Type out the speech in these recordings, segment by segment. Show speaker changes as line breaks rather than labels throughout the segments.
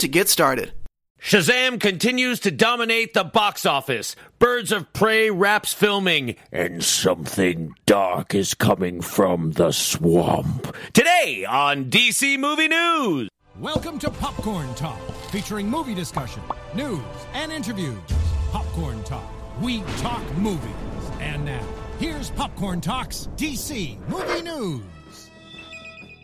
to get started.
Shazam continues to dominate the box office. Birds of Prey wraps filming, and something dark is coming from the swamp. Today on DC Movie News.
Welcome to Popcorn Talk, featuring movie discussion, news, and interviews. Popcorn Talk, we talk movies. And now, here's Popcorn Talk's DC Movie News.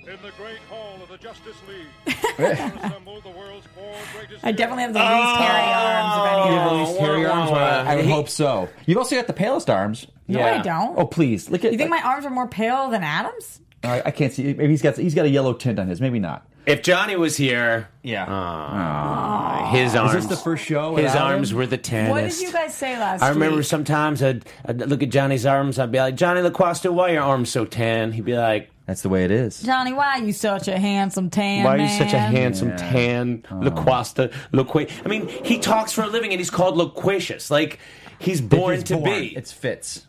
In the great hall of the Justice League, are assembled the world's four greatest.
I definitely have the least hairy
Oh.
arms of
You
anyone.
have the least hairy arms. Well, I would hope so. You've also got the palest arms.
No, I don't.
Oh, please look at.
You think my arms are more pale than Adam's?
I, I can't see. Maybe he's got he's got a yellow tint on his. Maybe not.
If Johnny was here,
Yeah.
his Uh, arms.
Is this the first show?
His
without
arms
him?
were the tannest.
What did you guys say last
I remember
week?
sometimes I'd, I'd look at Johnny's arms. I'd be like, Johnny LaQuasta, why are your arms so tan? He'd be like,
That's the way it is.
Johnny, why are you such a handsome tan?
Why are you
man?
such a handsome tan LaQuasta loqua? I mean, he talks for a living and he's called loquacious. Like he's born
He's
to
born.
be.
It's fits.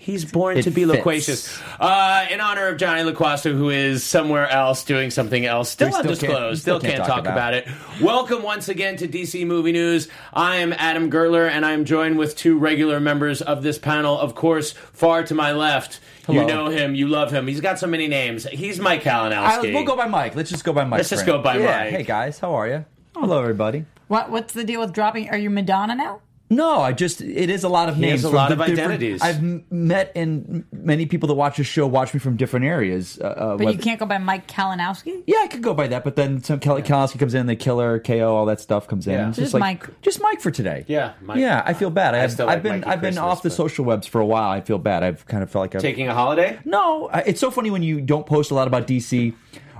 He's born
It
to be
fits.
loquacious. Uh, in honor of Johnny LaQuasta, who is somewhere else doing something else, still,
We still
undisclosed,
can't- we
still, can't, talk, about, it. Welcome once again to DC Movie News. I am Adam Gertler, and I am joined with two regular members of this panel. Of course, far to my left, you
Hello.
know him, you love him. He's got so many names. He's Mike
I,
Kalinowski.
we'll go by Mike. Let's just go by Mike.
Let's just
for now.
go by
Yeah.
Mike.
Hey guys, how are you? Hello everybody.
What, what's the deal with dropping? Are you Madonna now?
No, I just it is a lot of names.
has a
from
lot
the
of
different-
identities.
I've m- met and many people that watch this show watch me from different areas. Uh, uh,
But you
whether-
can't go by Mike Kalinowski?
Yeah, I could go by that, but then some Kelly Kalowski comes in, the killer, KO, all that stuff comes in.
Yeah.
It's
Just Mike.
Just Mike for today.
Yeah, Mike.
Yeah, I feel bad. I have,
still like
I've been
Mikey
I've been
Christmas,
off the
but-
social webs for a while. I feel bad. I've kind of felt like I've
Taking a holiday?
No, I- it's so funny when you don't post a lot about DC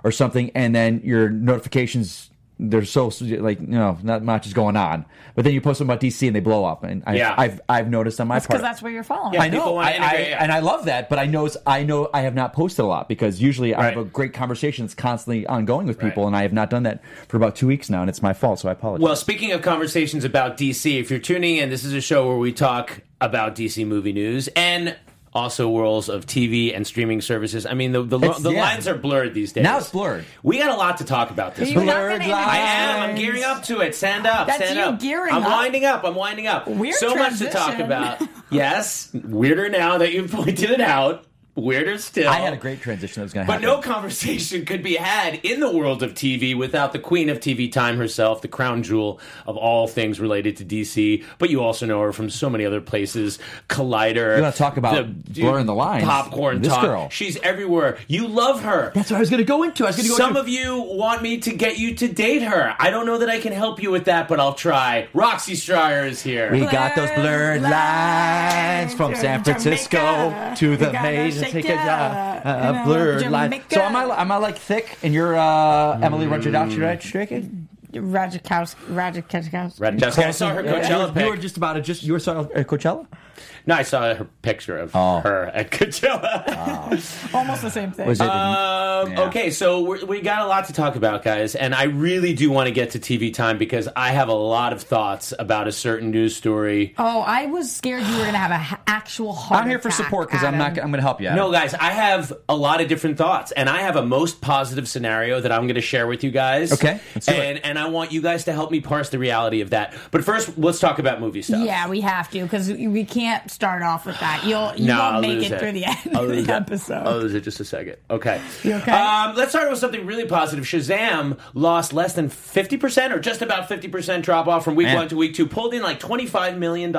or something, and then your notifications they're so like you know not much is going on, but then you post something about DC and they blow up. And I,
Yeah.
I've I've noticed on my part
Because that's where you're following.
I
people
know,
wanna
I, I,
integrate, yeah.
and I love that, but I know I know I have not posted a lot because usually I have
Right.
a great conversation that's constantly ongoing with people,
Right.
and I have not done that for about two weeks now, and it's my fault, so I apologize.
Well, speaking of conversations about DC, if you're tuning in, this is a show where we talk about DC movie news and also worlds of TV and streaming services. I mean, the the,
It's-
the
yeah.
lines are blurred these days.
Now it's blurred.
We got a lot to talk about this.
You're
week.
not
Blurred
gonna even-
lines.
I am. I'm gearing up to it. Stand up.
That's
stand
you
up.
gearing
I'm
up.
winding up. I'm winding up.
Weird
so much to talk
transition.
about. yes, weirder now that you've pointed it out. Weirder still.
I had a great transition that was going to
But
happen.
no conversation could be had in the world of TV without the queen of TV time herself, the crown jewel of all things related to DC. But you also know her from so many other places. Collider.
You wanna talk about blurring the lines?
Popcorn
This
talk.
girl.
She's everywhere. You love her.
that's what I was going to go into. I was going to go
Some
into,
of you want me to get you to date her. I don't know that I can help you with that, but I'll try. Roxy Stryer is here.
We got those blurred lines from San Francisco
Jamaica.
to the
We gotta
maze and
shake
take a
it
uh,
up.
uh,
You know,
blurred line.
Jamaica.
So am I? Am I like thick? And you're uh, Emily Ratajkowski,
Mm.
right? Stricken?
Rajakowski. Rajakowski.
Red Jessica. I saw her Coachella
You
pic.
were just about to just you were saw uh, Coachella.
No, I saw her picture of
Oh.
her at Coachella.
Almost the same thing.
Was it?
Um,
Yeah.
Okay, so we're, we got a lot to talk about, guys, and I really do want to get to TV time because I have a lot of thoughts about a certain news story.
oh, I was scared you were going to have an actual heart
I'm here for
attack,
support because I'm
Adam.
not. I'm going to help you. Adam.
No, guys, I have a lot of different thoughts, and I have a most positive scenario that I'm going to share with you guys.
Okay, let's do it.
and and I want you guys to help me parse the reality of that. But first, let's talk about movie stuff.
Yeah, we have to because we can't start off with that. You'll you
No,
won't
I'll
make
lose
it, through the end
I'll
of
lose
the
it.
episode.
I'll lose it just a second. Okay.
You okay?
Um, let's start with something really positive. Shazam lost less than 50% or just about 50% drop off from week
Man.
one to week two, pulled in like $25 million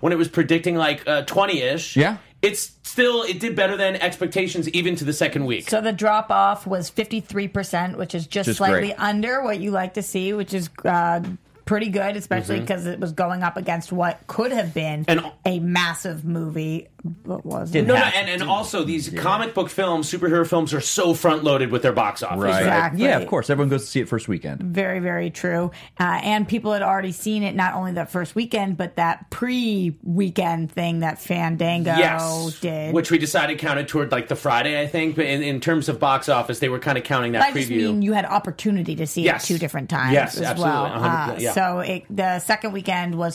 when it was predicting like uh, 20 ish.
Yeah.
It's still, it did better than expectations even to the second week.
so the drop off was fifty three percent, which is just
Just
slightly
great.
under what you like to see, which is uh, pretty good, especially because it was going up against what could have been
Mm-hmm. And-
a massive movie but wasn't.
Didn't
No, no,
have
and, and also these comic book films, superhero films, are so front loaded with their box office.
Right.
Exactly.
Yeah, of course. Everyone goes to see it first weekend.
Very, very true. Uh, and people had already seen it not only that first weekend, but that pre weekend thing that Fandango
Yes,
did.
which we decided counted toward like the Friday, I think. But in, in terms of box office, they were kind of counting that
I
preview.
just mean you had opportunity to see
Yes.
it two different times
Yes,
as
absolutely,
well. Uh,
100%, yeah.
So it, the second weekend was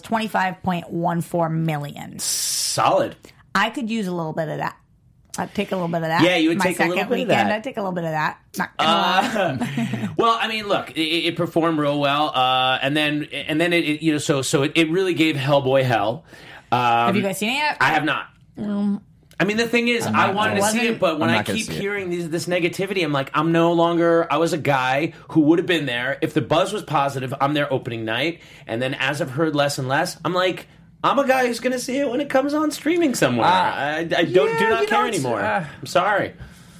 25.14 million.
Solid.
I could use a little bit of that. I'd take a little bit of that.
Yeah, you would
My
take a
second
little bit of
weekend,
that. Uh,
I'd take a little bit of that. Not gonna lie.
Well, I mean, look, it, it performed real well, uh, and then and then it, it you know so so it, it really gave Hellboy hell. Um,
Have you guys seen it? yet?
I have not. I mean, the thing is, I wanted to see
Wasn't-
it, but when
I'm
I
not gonna
keep
see it.
hearing these, this negativity, I'm like, I'm no longer. I was a guy who would have been there if the buzz was positive. I'm there opening night, and then as I've heard less and less, I'm like, I'm a guy who's going to see it when it comes on streaming somewhere. I, I don't
Ah, yeah,
do not
you know,
care
it's,
anymore.
uh,
I'm sorry.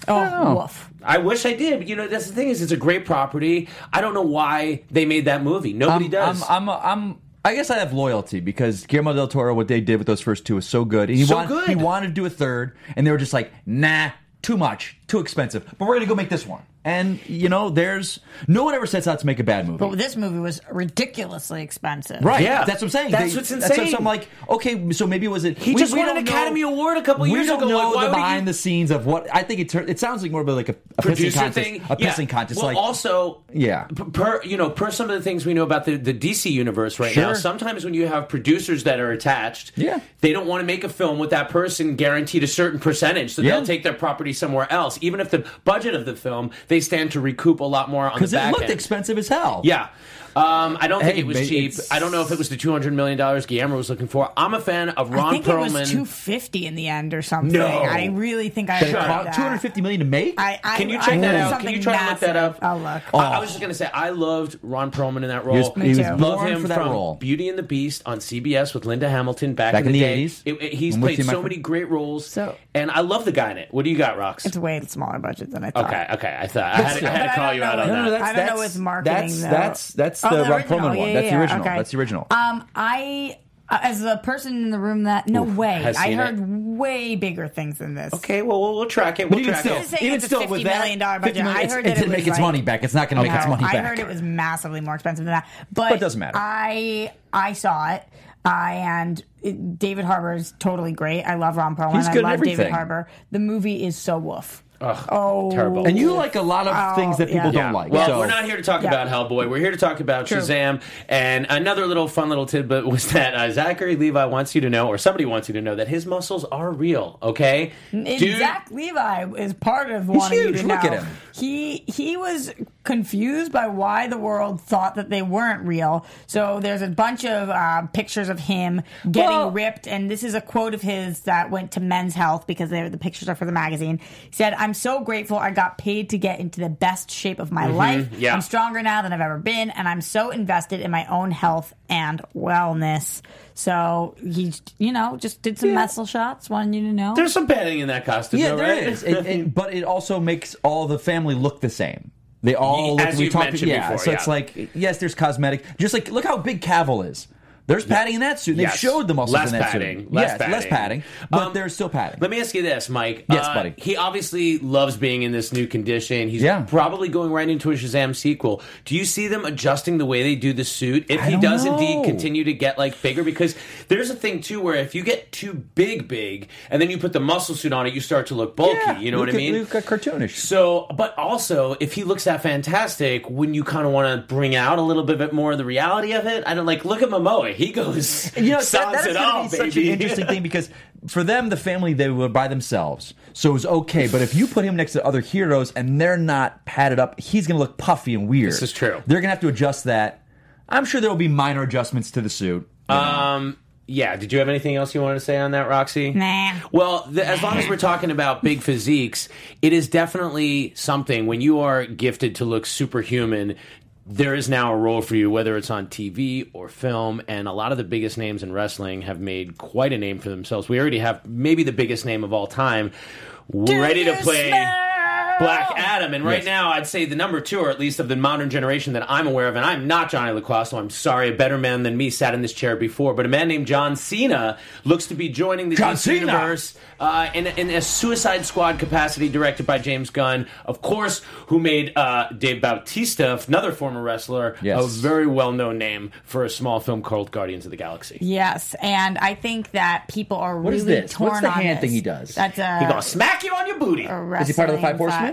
oh, woof.
I wish I did. But, you know, that's the thing is, it's a great property. I don't know why they made that movie. Nobody
I'm,
does.
I'm, I'm, I'm, I guess I have loyalty because Guillermo del Toro, what they did with those first two was so good. He
So
wanted,
good.
He wanted to do a third, and they were just like, nah, too much, too expensive. But we're gonna go make this one. And you know, there's no one ever sets out to make a bad movie.
But this movie was ridiculously expensive.
Right.
Yeah.
That's what I'm saying.
That's
They-
what's
That's what
insane.
I'm like, okay, so maybe was it.
He just won an
don't
Academy Award a couple
we
years
don't
ago.
know
Like, why
the
would he-
behind the scenes of what. I think it tur- It sounds like more of like a, a pissing
producer
contest.
thing,
A
Yeah.
pissing contest.
Well,
like,
also,
Yeah.
p- Per you know, per some of the things we know about the, the DC universe right now,
Sure.
sometimes when you have producers that are attached,
Yeah.
they don't want to make a film with that person guaranteed a certain percentage, so
Yeah.
they'll take their property somewhere else, even if the budget of the film they stand to recoup a lot more on the
because it
back
looked
end.
expensive as hell.
Yeah. Um, I don't think
Hey,
it was
ba-
cheap.
it's-
I don't know if it was the two hundred million dollars Guillermo was looking for. I'm a fan of Ron
I think
Perlman.
it was 250 in the end or something.
No.
I really think I
That it
heard
cost
that.
250 million to make.
I, I,
Can you
I
check that
heard
out? Can you
something
try to look that up? Oh.
massive. I'll look.
I, I was just gonna say I loved Ron Perlman in that role.
Oh. He was-
Me
he
too.
was
Love
born
him
for that
from
role.
Beauty and the Beast on CBS with Linda Hamilton back,
Back in the
day.
80s.
It- it- he's
I'm with
played
you, my
so
friend.
many great roles,
So-
and I love the guy in it. What do you got, Rox?
It's way smaller budget than I thought.
Okay, okay. I thought I had, to- I had
But
to
I
call
don't
you
know
out on
what-
that.
No, no, that's-
I don't know
that's-
with marketing.
that's-
though. Oh,
that's- that's the Ron
original.
Perlman one. That's the original.
okay.
That's the original.
Um, I uh, as the person in the room that no way
has
I
seen
heard
it.
way bigger things than this.
Okay, well, we'll, we'll track it. We'll
But even
track
still,
it.
Just saying
even
it's a
still, with
$50
that
million dollar
$50
budget. I
it's-
heard
it
that it
didn't
was
make its
like-
money back. It's not going to make its
No,
money back.
I heard it was massively more expensive than that, but
But it doesn't matter.
I I saw it. I and it, David Harbour is totally great. I love Ron Perlman.
He's good in
I love David
everything.
Harbour. The movie is so woof. oh,
terrible.
And you like a lot of things that people
yeah.
don't like.
Well,
so.
we're not here to talk
Yeah.
about Hellboy. We're here to talk about Shazam. And another little fun little tidbit was that uh, Zachary Levi wants you to know, or somebody wants you to know, that his muscles are real. Okay,
And
Dude,
Zach Levi is part of wanting you
huge.
to
Look
know.
at him.
He he was confused by why the world thought that they weren't real. So there's a bunch of uh, pictures of him getting
Well-
ripped, and this is a quote of his that went to Men's Health because they, the pictures are for the magazine. He said, "I'm so grateful I got paid to get into the best shape of my
Mm-hmm.
life.
Yeah.
I'm stronger now than I've ever been, and I'm so invested in my own health and wellness." So he, you know, just did some muscle shots. Wanted you to know.
there's some padding in that costume.
Yeah,
though,
there
right?
is. It- it- but it also makes all the family look the same. They all look.
As
we
you've
talked,
mentioned
yeah.
before,
so it's
yeah.
like yes, there's cosmetic. Just like look how big Cavill is. There's padding in that suit. They
Yes.
showed the muscles
Less
in that
padding.
suit.
Less
yes, less
padding.
padding, but
Um,
there's still padding.
Let me ask you this, Mike. Uh,
Yes, buddy.
He obviously loves being in this new condition. He's
Yeah.
probably going right into a Shazam sequel. Do you see them adjusting the way they do the suit if he
don't
does
know.
indeed continue to get like bigger? Because there's a thing too where if you get too big, big, and then you put the muscle suit on it, you start to look bulky.
Yeah,
you know
Luke
what I
got-
mean?
Luke got cartoonish.
So, but also if he looks that fantastic, wouldn't you kind of want to bring out a little bit bit more of the reality of it? I don't like. Look at Momoa. He goes.
you know, that,
sounds
that's
it
gonna
all,
be such an
baby.
interesting thing because for them, the family they were by themselves, so it was okay. But if you put him next to other heroes and they're not padded up, he's gonna look puffy and weird.
This is true.
They're gonna have to adjust that. I'm sure there will be minor adjustments to the suit.
Um, yeah. Did you have anything else you wanted to say on that, Roxy?
Nah.
Well, the, as long as we're talking about big physiques, it is definitely something when you are gifted to look superhuman. There is now a role for you, whether it's on TV or film, and a lot of the biggest names in wrestling have made quite a name for themselves. We already have maybe the biggest name of all time, ready to play. Black Adam. And right now, I'd say the number two, or at least of the modern generation that I'm aware of, and I'm not Johnny Lacrosse, so I'm sorry, a better man than me sat in this chair before, but a man named John Cena looks to be joining the
John
DC
Cena!
universe uh, in, in a Suicide Squad capacity directed by James Gunn, of course, who made uh, Dave Bautista, another former wrestler,
Yes.
a very well known name for a small film called Guardians of the Galaxy.
Yes, and I think that people are
What
really
is this?
torn
What's the
on
hand
this.
thing he does?
That's a
He gonna smack you on your booty.
Oh,
Is he part of the Five
wrestling fi-
Horsemen?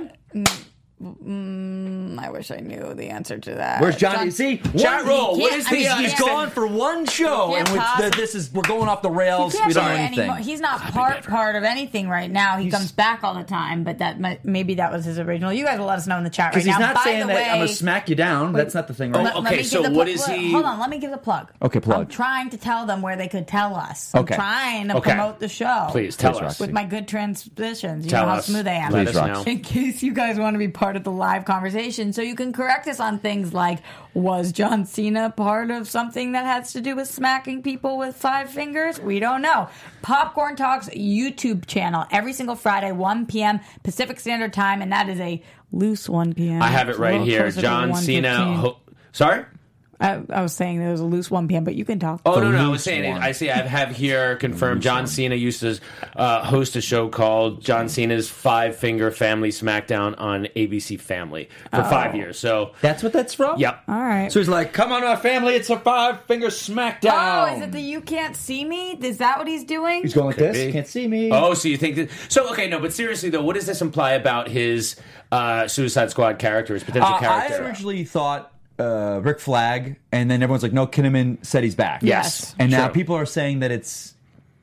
Mm, I wish I knew the answer to that.
Where's Johnny? See,
Chat
one-
roll.
he
What
can't-
is
I
the?
mean,
uh,
he
He's
Yeah.
gone for one show,
Yeah,
and
pause.
with the, this is we're going off the
He
rails.
can't
We don't know
do it
anything.
anymore. He's not part part of anything right now. He comes back all the time, but that mi- maybe that was his original. You guys will let us know in the chat right
Because he's
now.
not
By
saying
the
that
way,
I'm gonna smack you down. That's not the thing,
Oh,
right?
let- let
okay,
me give
so
the
what
pl-
is
look,
he-
Hold on, let me give the plug.
Okay, plug.
I'm trying to tell them where they could tell us.
Okay.
I'm trying to
Okay.
promote the show.
Please tell
Please,
us.
Roxy.
with my good transitions. You
Tell
know how
us.
smooth I am.
Let
Please,
us
Rox.
know.
in case you guys want to be part of the live conversation, so you can correct us on things like was John Cena part of something that has to do with smacking people with five fingers? We don't know. Popcorn Talks YouTube channel every single Friday, 1 p.m. Pacific Standard Time, and that is a loose 1 p.m.
I have it
It's a
right
little
here.
closer to
John
1:15.
Cena. Ho- Sorry.
I, I was saying there was a loose 1 p.m., but you can talk.
Oh no, no, I was
loose
saying
one.
I see. I have here confirmed. John Cena used to uh, host a show called John Cena's Five Finger Family Smackdown on ABC Family for five years. So,
That's what that's from.
yep.
Oh. All right.
So he's like, "Come on, my family. It's a five finger smackdown."
Oh, is it the you can't see me? Is that what he's doing?
He's going like this.
be.
Can't see me.
Oh, so you think that? So okay, no, but seriously though, what does this imply about his uh, Suicide Squad character, his potential
Uh, I
character?
originally thought uh, Rick Flag, and then everyone's like, "No, Kinnaman said he's back."
Yes.
and now
True.
people are saying that it's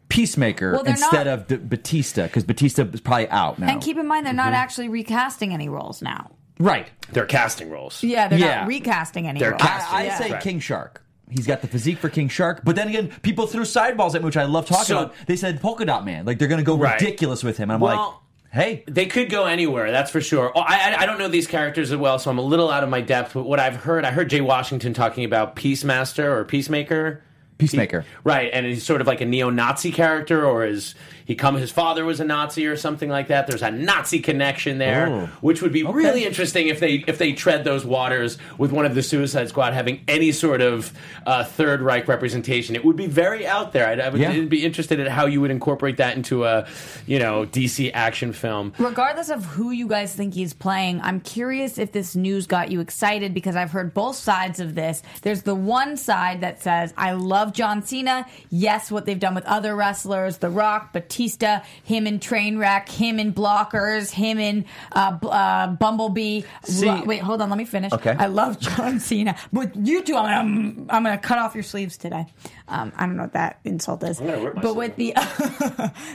Peacemaker
Well, they're
instead
not-
of D- Batista because Batista is probably out now.
And keep in mind, they're
Mm-hmm.
not actually recasting any roles now.
right.
They're casting roles.
Yeah, they're
Yeah.
not recasting any
They're
roles.
casting.
I, I
Yeah.
say
Right.
King Shark. He's got the physique for King Shark, but then again, people threw sideballs at me, which I love talking
So-
about. They said Polka Dot Man, like they're going to go
Right.
ridiculous with him. And I'm
Well-
like, hey,
They could go anywhere, that's for sure. Oh, I, I- I don't know these characters as well, so I'm a little out of my depth. But what I've heard, I heard Jay Washington talking about Peacemaster or Peacemaker.
Peacemaker.
Right, and he's sort of like a neo-Nazi character, or is he come? His father was a Nazi, or something like that. There's a Nazi connection there,
Oh.
which would be
Okay.
really interesting if they if they tread those waters with one of the Suicide Squad having any sort of uh, Third Reich representation. It would be very out there. I'd, I would
Yeah.
I'd be interested in how you would incorporate that into a you know DC action film.
Regardless of who you guys think he's playing, I'm curious if this news got you excited because I've heard both sides of this. There's the one side that says, I love John Cena. Yes, what they've done with other wrestlers, The Rock, Batista, him in Trainwreck, him in Blockers, him in uh, B- uh, Bumblebee.
See-
Lo- Wait, hold on, let me finish.
Okay.
I love John Cena. But you two, I'm, I'm, I'm going to cut off your sleeves today. Um, I don't know what that insult is.
gonna rip my
But with the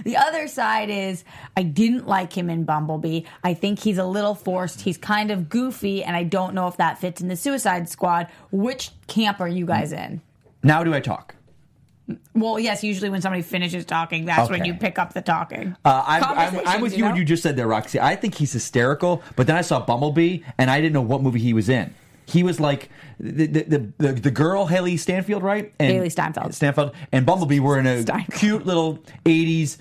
the other side is I didn't like him in Bumblebee. I think he's a little forced. He's kind of goofy, and I don't know if that fits in the Suicide Squad. Which camp are you guys in?
now do I talk?
Well, yes, usually when somebody finishes talking, that's when
Okay.
you pick up the talking.
Uh, I'm, I'm, I'm
Conversations,
with you. What
know?
you just said there, Roxy. I think he's hysterical. But then I saw Bumblebee, and I didn't know what movie he was in. He was like the the the, the, the girl Haley Stanfield, right? And
Haley Steinfeld.
Stanfield and Bumblebee were in a
Steinfeld.
cute little '80s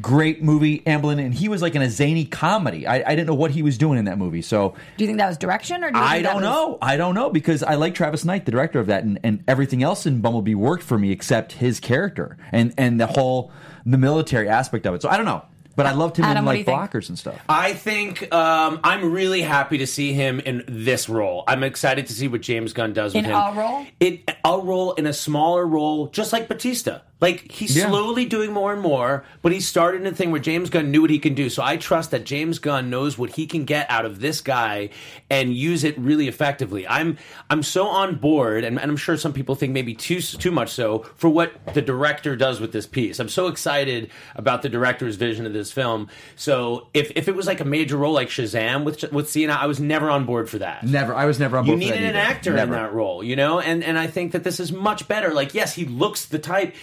great movie, Amblin, and he was like in a zany comedy. I, I didn't know what he was doing in that movie, so
Do you think that was direction, or do you
I
think that was-
don't know. I don't know because I like Travis Knight, the director of that, and, and everything else in Bumblebee worked for me except his character and and the whole the military aspect of it. So I don't know, but I loved him
Adam,
in
what
like
do you think?
blockers and stuff.
I think um, I'm really happy to see him in this role. I'm excited to see what James Gunn does with
In
him.
a role?
In a role in a smaller role, just like Batista. Like he's
Yeah.
slowly doing more and more, but he started in a thing where James Gunn knew what he can do. So I trust that James Gunn knows what he can get out of this guy and use it really effectively. I'm I'm so on board, and, and I'm sure some people think maybe too too much so for what the director does with this piece. I'm so excited about the director's vision of this film. So if if it was like a major role like Shazam with with Cena, I was never on board for that.
Never, I was never on
You
board for
needed
that
an
either.
actor
Never.
in that role, you know, and and I think that this is much better. Like, yes, he looks the type.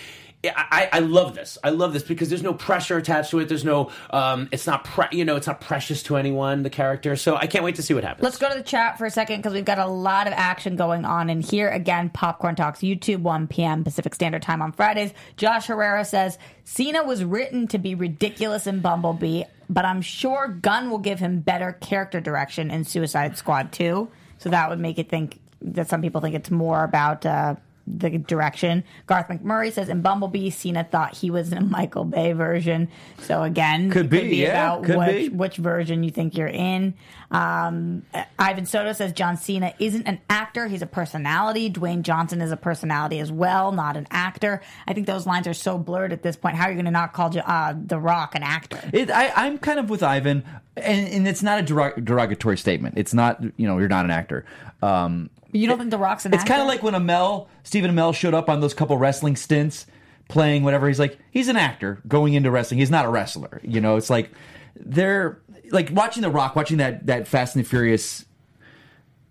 I, I I love this. I love this because there's no pressure attached to it. There's no, um, it's not, pre- you know, it's not precious to anyone. The character, so I can't wait to see what happens.
Let's go to the chat for a second because we've got a lot of action going on. And here again, Popcorn Talks, YouTube, 1 p.m. Pacific Standard Time on Fridays. Josh Herrera says Cena was written to be ridiculous in Bumblebee. but I'm sure Gunn will give him better character direction in Suicide Squad 2. So that would make it think that some people think it's more about uh, the direction. Garth McMurray says in Bumblebee, Cena thought he was in a Michael Bay version. So again,
Could
it
be, yeah,
about
could
which,
be.
which version you think you're in. Um, uh, Ivan Soto says John Cena isn't an actor; he's a personality. Dwayne Johnson is a personality as well, not an actor. I think those lines are so blurred at this point. How are you going to not call Jo- uh, The Rock an actor?
It, I, I'm kind of with Ivan, and, and it's not a derog- derogatory statement. It's not, you know, you're not an actor. Um,
You don't think The Rock's an
it's
actor?
kind of like when Amel, Stephen Amel, showed up on those couple wrestling stints, playing whatever. He's like, he's an actor going into wrestling. He's not a wrestler. You know, it's like they're like watching The Rock, watching that that Fast and the Furious.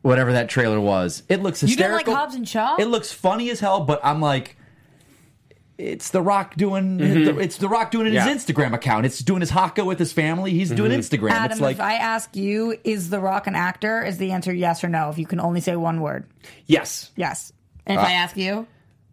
Whatever that trailer was, it looks
You didn't
hysterical.
like Hobbs and Shaw?
It looks funny as hell, but I'm like, it's The Rock doing. It's The Rock doing it in
Yeah.
his Instagram account. It's doing his haka with his family. He's doing Instagram.
Adam,
it's like
if I ask you, is The Rock an actor? Is the answer yes or no? If you can only say one word,
Yes.
yes. And if I ask you,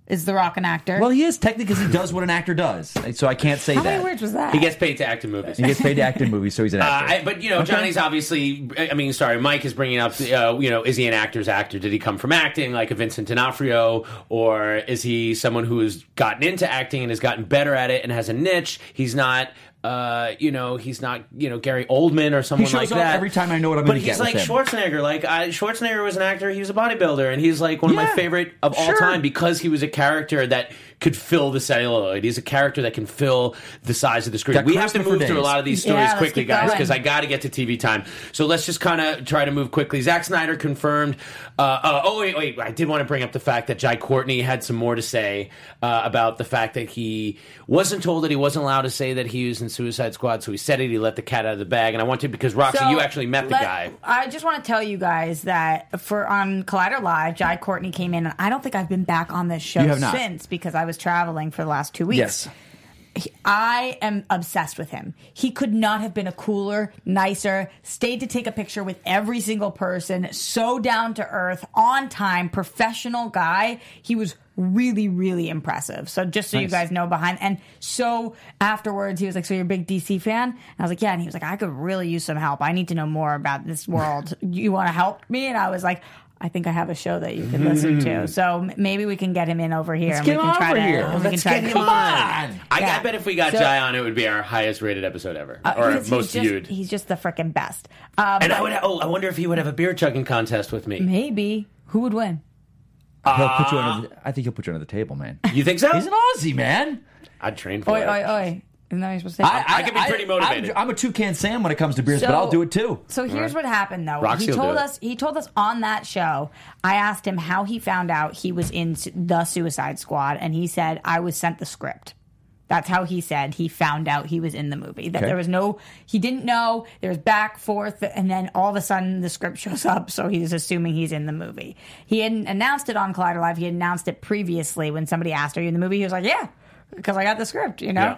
is The Rock an actor?
Uh, Well, he is technically 'cause he does what an actor does, so I can't say
How
that.
many words was that?
He gets paid to act in movies.
He gets paid to act in movies, so he's an
Uh,
actor.
I, but you know, Johnny's obviously. I mean, sorry, Mike is bringing up. Uh, you know, is he an actor's actor? Did he come from acting, like a Vincent D'Onofrio, or is he someone who has gotten into acting and has gotten better at it and has a niche? He's not. Uh, you know, he's not. You know, Gary Oldman or someone
He shows
like
up
that.
every time I know what I'm
But
gonna
he's
get
like
with him.
Schwarzenegger. Like I, Schwarzenegger was an actor. He was a bodybuilder, and he's like one of
Yeah,
my favorite of all
sure.
time because he was a character that could fill the celluloid. He's a character that can fill the size of the screen.
Got
we have to
charisma for
move through a
days.
lot of these
Yeah,
stories
let's
quickly,
keep
guys,
going.
because I got to get to TV time. So let's just kind of try to move quickly. Zack Snyder confirmed. Uh, uh, oh wait, wait. I did want to bring up the fact that Jai Courtney had some more to say uh, about the fact that he wasn't told that he wasn't allowed to say that he was in Suicide Squad. So he said it. He let the cat out of the bag, and I want to because Roxy,
So,
you actually met the
let-
guy.
I just want to tell you guys that for on Collider Live, Jai Courtney came in, and I don't think I've been back on this show
You have not.
since because I was traveling for the last two weeks.
yes.
I am obsessed with him. He could not have been a cooler, nicer, stayed to take a picture with every single person, so down to earth, on time, professional guy. He was really, really impressive. So just so you
Nice.
guys know behind and so afterwards he was like, So you're a big DC fan? And I was like, Yeah, and he was like, I could really use some help. I need to know more about this world. you wanna help me? And I was like, I think I have a show that you can listen to. So m- maybe we can get him in over here and
get
we can
him
try
over
to
here.
we can
Let's
try to-
get him
Come
on.
I,
Yeah.
I bet if we got
So- Uh,
Jai on, it would be our highest rated episode ever, or
Because he's
most
just-
viewed.
He's just the freaking best. Um,
And I would. Oh, I wonder if he would have a beer chugging contest with me.
maybe who would win?
He'll put you under the, I think he'll put you under the table, man.
Uh, You think so?
He's an Aussie, man.
I'd train for
Oi,
it.
oi, oi! Isn't that what you're supposed to say?
I,
I could be pretty motivated.
I'm, I'm a toucan Sam when it comes to beers, but
So-
I'll do it too.
So here's what happened though.
Roxy
he
will do
told
it.
us he told us on that show. I asked him how he found out he was in Su- the Suicide Squad, and he said I was sent the script. That's how he said he found out he was in the movie. That
Okay.
there was no, he didn't know. There was back forth, and then all of a sudden the script shows up, so he's assuming he's in the movie. He hadn't announced it on Collider Live. He had announced it previously when somebody asked, "Are you in the movie?" He was like, "Yeah," because I got the script. You know.
Yeah.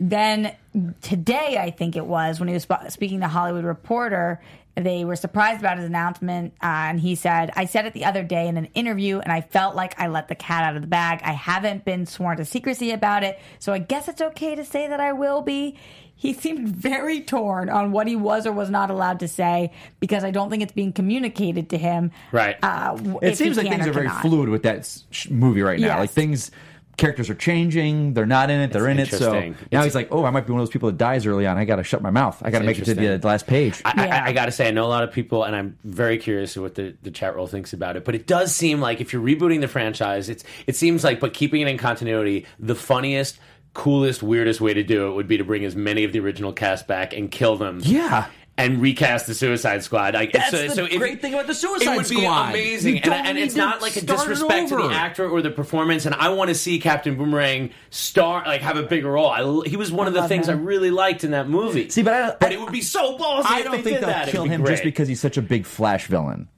Then today, I think it was when he was sp- speaking to Hollywood Reporter, they were surprised about his announcement, uh, and he said, "I said it the other day in an interview, and I felt like I let the cat out of the bag. I haven't been sworn to secrecy about it, so I guess it's okay to say that I will be." He seemed very torn on what he was or was not allowed to say because I don't think it's being communicated to him.
Right.
Uh, w-
It
if he
seems like
can
things
or
are very
cannot.
fluid with that s- sh- movie right now.
Yes.
Like things, characters are changing. They're not in it. They're in it. So
interesting.
now
It's-
he's like, oh, I might be one of those people that dies early on. I got to shut my mouth. I got to make it to the
interesting.
uh, last page.
I,
Yeah.
I, I got to say, I know a lot of people, and I'm very curious what the, the chat roll thinks about it. But it does seem like if you're rebooting the franchise, it's it seems like, but keeping it in continuity, the funniest, coolest, weirdest way to do it would be to bring as many of the original cast back and kill them.
Yeah.
And recast the Suicide Squad. Like,
That's
so,
the
so if-
great thing about the Suicide
It would
Squad.
be
You
amazing, and,
don't
and
need
it's
to
not like a
start it
disrespect to the
over.
actor or the performance. And I want to see Captain Boomerang star, like, have a bigger role. I l he was one of the
love
things
him.
I really liked in that movie.
See, but I-
but it would be so ballsy.
I
if
don't
they
think
did
they'll
that. It'd
kill
be
him
great.
just because he's such a big Flash villain.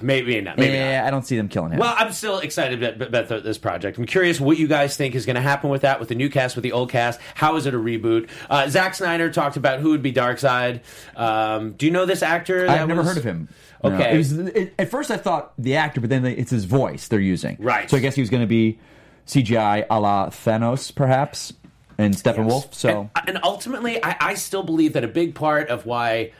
Maybe not. Maybe
yeah,
not.
I don't see them killing him.
Well, I'm still excited about, about th- this project. I'm curious what you guys think is going to happen with that, with the new cast, with the old cast. How is it a reboot? Uh, Zack Snyder talked about who would be Darkseid. Um, do you know this actor? that
I've never
was-
heard of him. No.
Okay.
It was, it, at first, I thought the actor, but then they, it's his voice they're using.
Right.
So I guess he was going to be CGI a la Thanos, perhaps. and Steppenwolf. So
and, and ultimately, I, I still believe that a big part of why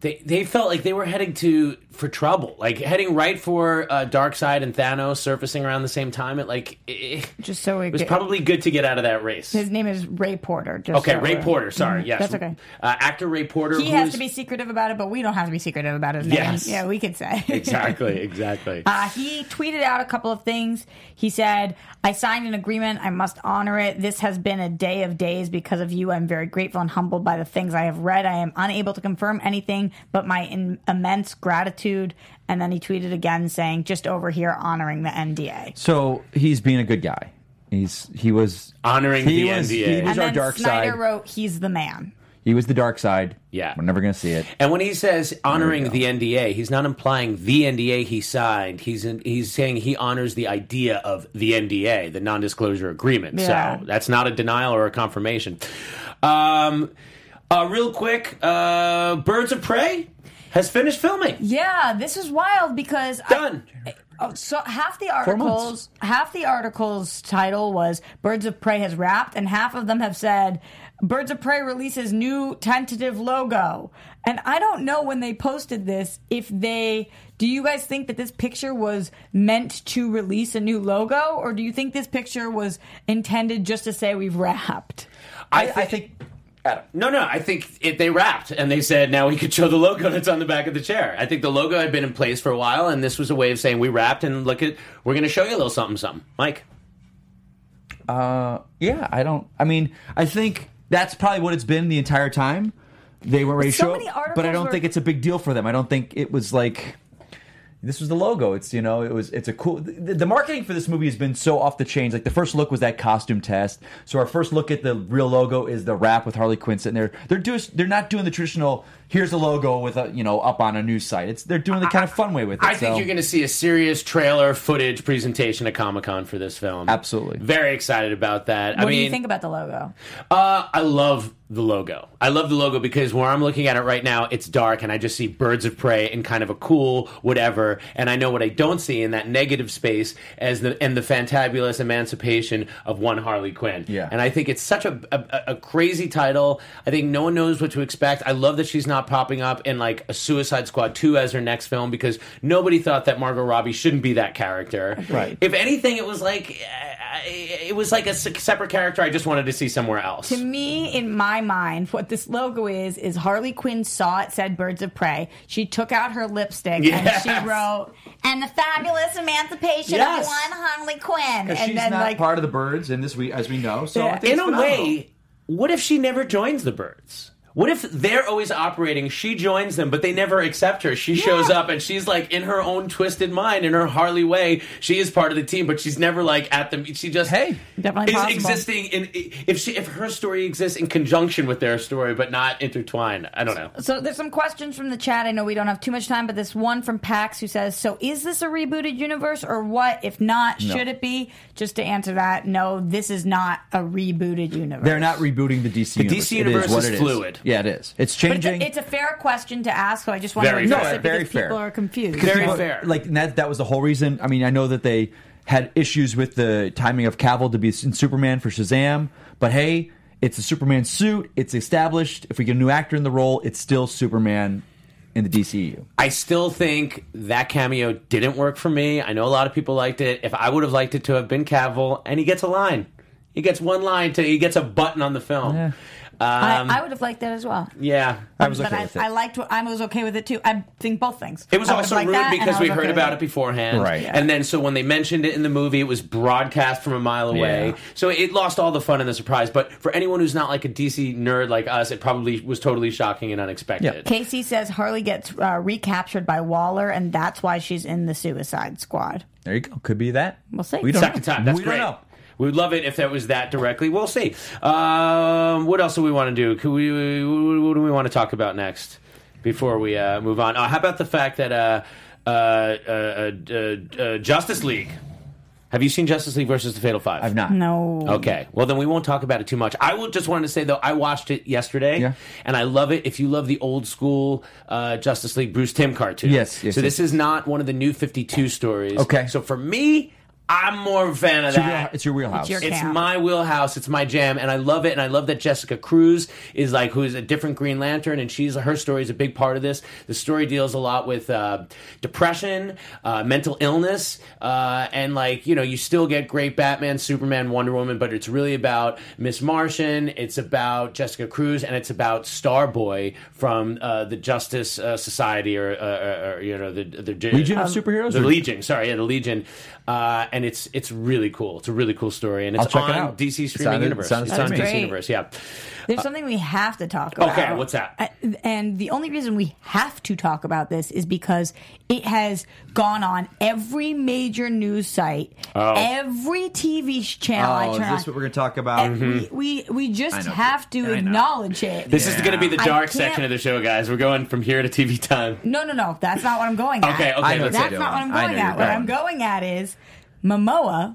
they they felt like they were heading to for trouble, like heading right for uh, Darkseid and Thanos surfacing around the same time. It like it,
Just so we
it was
get-
probably good to get out of that race.
His name is Ray Porter. Just
Okay,
so
Ray
we're-
Porter. Sorry,
Mhm,
yes,
that's okay.
Uh, actor Ray Porter.
He
who
has
is-
to be secretive about it, but we don't have to be secretive about his name.
Yes.
Yeah, we could say
exactly, exactly.
Uh, he tweeted out a couple of things. He said, I signed an agreement. I must honor it. This has been a day of days because of you. I'm very grateful and humbled by the things I have read. I am unable to confirm anything but my in- immense gratitude. And then he tweeted again saying, just over here honoring the NDA.
So he's being a good guy. He's he was
Honoring
he
the
was,
NDA.
He was
And
our
then
dark
Snyder
side.
wrote, he's the man.
he was the dark side.
Yeah.
we're never gonna see it.
And when he says honoring
There we
the NDA, he's not implying the NDA he signed. He's in, he's saying he honors the idea of the NDA, the non-disclosure agreement.
Yeah.
So that's not a denial or a confirmation. Um, uh, real quick, uh, Birds of Prey has finished filming.
Yeah, this is wild because I-
Done.
Oh, so half the
months.
articles, half the articles title was "Birds of Prey has wrapped," and half of them have said "Birds of Prey releases new tentative logo." And I don't know when they posted this if they. Do you guys think that this picture was meant to release a new logo, or do you think this picture was intended just to say we've wrapped?
I, I think. No, no. I think it, they wrapped and they said now we could show the logo that's on the back of the chair. I think the logo had been in place for a while, and this was a way of saying we wrapped and look at we're going to show you a little something, something. Mike,
Yeah, I don't. I mean, I think that's probably what it's been the entire time. They weren't ready to
So
show,
many
it,
articles
but I don't
were-
think it's a big deal for them. I don't think it was like this was the logo. It's you know, it was it's a cool. The, the marketing for this movie has been so off the chains. Like the first look was that costume test. So our first look at the real logo is the wrap with Harley Quinn sitting there. They're doing they're not doing the traditional. Here's the logo with a you know up on a news site. It's they're doing the kind of fun way with it.
I think
so-
you're going to see a serious trailer footage presentation at Comic Con for this film.
Absolutely.
very excited about that.
What
I mean,
do you think about the logo?
Uh, I love the logo. I love the logo because where I'm looking at it right now, it's dark, and I just see birds of prey in kind of a cool whatever. And I know what I don't see in that negative space as the and the fantabulous emancipation of one Harley Quinn.
Yeah.
and I think it's such a a, a crazy title. I think no one knows what to expect. I love that she's not popping up in like a Suicide Squad 2 as her next film because nobody thought that Margot Robbie shouldn't be that character.
Right.
If anything, it was like uh, it was like a se- separate character I just wanted to see somewhere else.
To me, in my mind, what this logo is is Harley Quinn saw it said "Birds of Prey." She took out her lipstick
Yes.
and she wrote, "And the fabulous emancipation
Yes.
of one Harley Quinn." And
Because she's not part of the birds in this week, as we know. So I
Yeah.
think
in
it's
a
phenomenal.
way, what if she never joins the birds? What if they're always operating? She joins them, but they never accept her. She shows up and she's like in her own twisted mind, in her Harley way. She is part of the team, but she's never like at the. She just
Hey.
Definitely
is
possible.
existing in if she if her story exists in conjunction with their story, but not intertwined. I don't know.
so there's some questions from the chat. I know we don't have too much time, but this one from Pax who says, "So is this a rebooted universe or what? If not, should it be?" Just to answer that, no, this is not a rebooted universe.
They're not rebooting the DC
The
universe.
DC
It
universe
what
is
it
fluid.
Yeah, it is. It's
But it's
changing.
a, it's a fair question to ask, so I just want
Very
to
fair.
address
No,
it because
very fair.
people are confused.
Because
Very
people-
fair.
Like and that, that was the whole reason. I mean, I know that they had issues with the timing of Cavill to be in Superman for Shazam, but hey, it's a Superman suit. It's established. If we get a new actor in the role, it's still Superman in the DCU.
I still think that cameo didn't work for me. I know a lot of people liked it. If I would have liked it to have been Cavill, and he gets a line, he gets one line to he gets a button on the film.
Yeah.
Um,
I, I would have liked that as well.
yeah.
I was
but
okay
I,
with it.
I liked what I was okay with it too. I think both things.
It was
I would
also
have liked
rude
that, and
because
I
we
was
heard
okay with
about
it.
it beforehand.
Right.
And then so when they mentioned it in the movie, it was broadcast from a mile away.
Yeah.
So it lost all the fun and the surprise. But for anyone who's not like a DC nerd like us, it probably was totally shocking and unexpected.
Casey says Harley gets uh, recaptured by Waller, and that's why she's in the Suicide Squad.
There you go. Could be that.
We'll see.
We don't
Second
know.
time. That's
we
great.
don't know.
We would love it if that was that directly. We'll see. Um, what else do we want to do? Could we, what do we want to talk about next before we uh, move on? Oh, how about the fact that uh, uh, uh, uh, uh, Justice League? Have you seen Justice League versus the Fatal Five?
I've not.
No.
Okay. Well, then we won't talk about it too much. I will just wanted to say though, I watched it yesterday,
Yeah.
and I love it. If you love the old school uh, Justice League Bruce Tim cartoon,
Yes, yes,
so
yes.
this is not one of the new Fifty Two stories.
Okay.
So for me. I'm more a fan of
It's your, wheel-
that.
it's your wheelhouse.
It's your-
It's
camp.
my wheelhouse. It's my jam, and I love it. And I love that Jessica Cruz is like who's a different Green Lantern, and she's her story is a big part of this. The story deals a lot with uh, depression, uh, mental illness, uh, and like you know, you still get great Batman, Superman, Wonder Woman, but it's really about Miss Martian. It's about Jessica Cruz, and it's about Starboy from uh, the Justice uh, Society, or, uh, or, or you know, the the Um,
Legion of Superheroes
The
or-
Legion, sorry, yeah, the Legion, uh, and it's it's really cool. It's a really cool story, and it's
I'll check
on
it out.
DC
It's
streaming
on-
universe.
it's on-
It's
it's
on
on
DC
Great.
universe. Yeah.
There's something we have to talk about.
okay, what's that?
A- And the only reason we have to talk about this is because it has gone on every major news site,
Oh.
every TV sh- channel I Eh,
Oh,
turn
is this
on.
what we're gonna talk about?
And we, we, we just
I know.
have to
I know.
acknowledge it.
Mm-hmm. This is going to be the
I
dark
can't-
section of the show, guys. We're going from here to TV time.
No, no, no. That's not what I'm going at.
Okay, okay, I know let's
That's
what you're
not what I'm
doing. I know
going
you're
at. What I'm
going.
going at is Momoa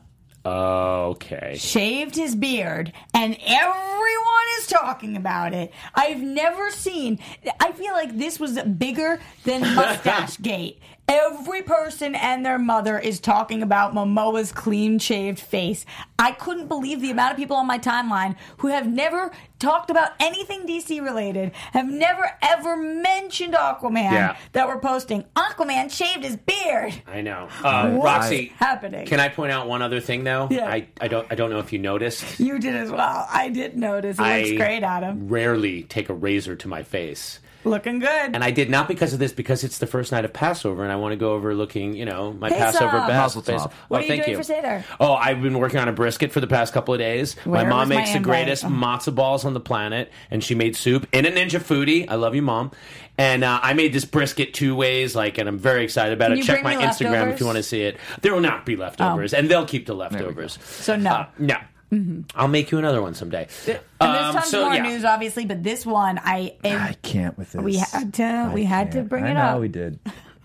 Okay.
shaved his beard and everyone is talking about it. I've never seen I feel like this was bigger than mustache gate. Every person and their mother is talking about Momoa's clean shaved face. I couldn't believe the amount of people on my timeline who have never talked about anything DC related, have never ever mentioned Aquaman
Yeah.
that were posting Aquaman shaved his beard.
I know. Uh,
What's
Roxy,
happening?
Can I point out one other thing though?
Yeah.
I, I don't I don't know if you noticed.
You did as well. I did notice. It
I
looks great, Adam.
Rarely take a razor to my face.
Looking good.
And I did not because of this, because it's the first night of Passover, and I want to go over looking, you know, my
Pesach.
Passover best.
Mazel tov.
Pesach.
What
oh,
are you
thank
doing for Seder?
Oh, I've been working on a brisket for the past couple of days.
Where
my mom
was my
makes the
invite?
greatest
Oh.
matzo balls on the planet, and she made soup in a ninja foodie. I love you, mom. And uh, I made this brisket two ways, like, and I'm very excited about
Can
it.
you
Check my
bring
Instagram
me
if
leftovers? Oh.
you want to see it. There will not be leftovers, and they'll keep the leftovers.
So no.
Uh, no. I'll make you another one someday.
Mm-hmm. and there's
Um,
tons
so,
more
yeah.
news, obviously, but this one, I,
I can't with this.
We had to-
I
we had to bring
I
it
know
up.
we did.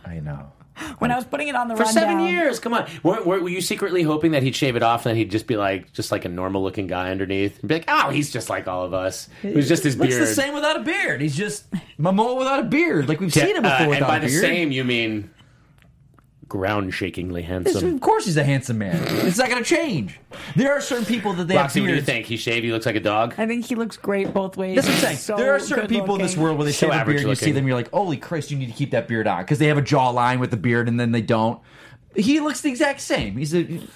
I know.
when I was putting it on the
For seven
rundown-
years, come on. Were, were, were you secretly hoping that he'd shave it off and then he'd just be like, just like a normal looking guy underneath? And be like, oh, he's just like all of us. It was just his
Looks
beard.
the same without a beard. He's just Momoa without a beard. Like we've
Yeah,
seen him before
uh, and
without
by
a
the
beard.
same, you mean ground shakingly
It's-
handsome.
of course, he's a handsome man. It's not going to change. There are certain people that they
Roxy,
have
what do
beards.
you think? He shaved? He looks like a dog?
I think he looks great both ways.
That's what I'm saying.
He's so
there are certain people in this
good-looking.
world where they
So
shave a beard, and you
average-looking.
see them, you're like, "Holy Christ, you need to keep that beard on," because they have a jawline with the beard, and then they don't. He looks the exact same. He's a
He's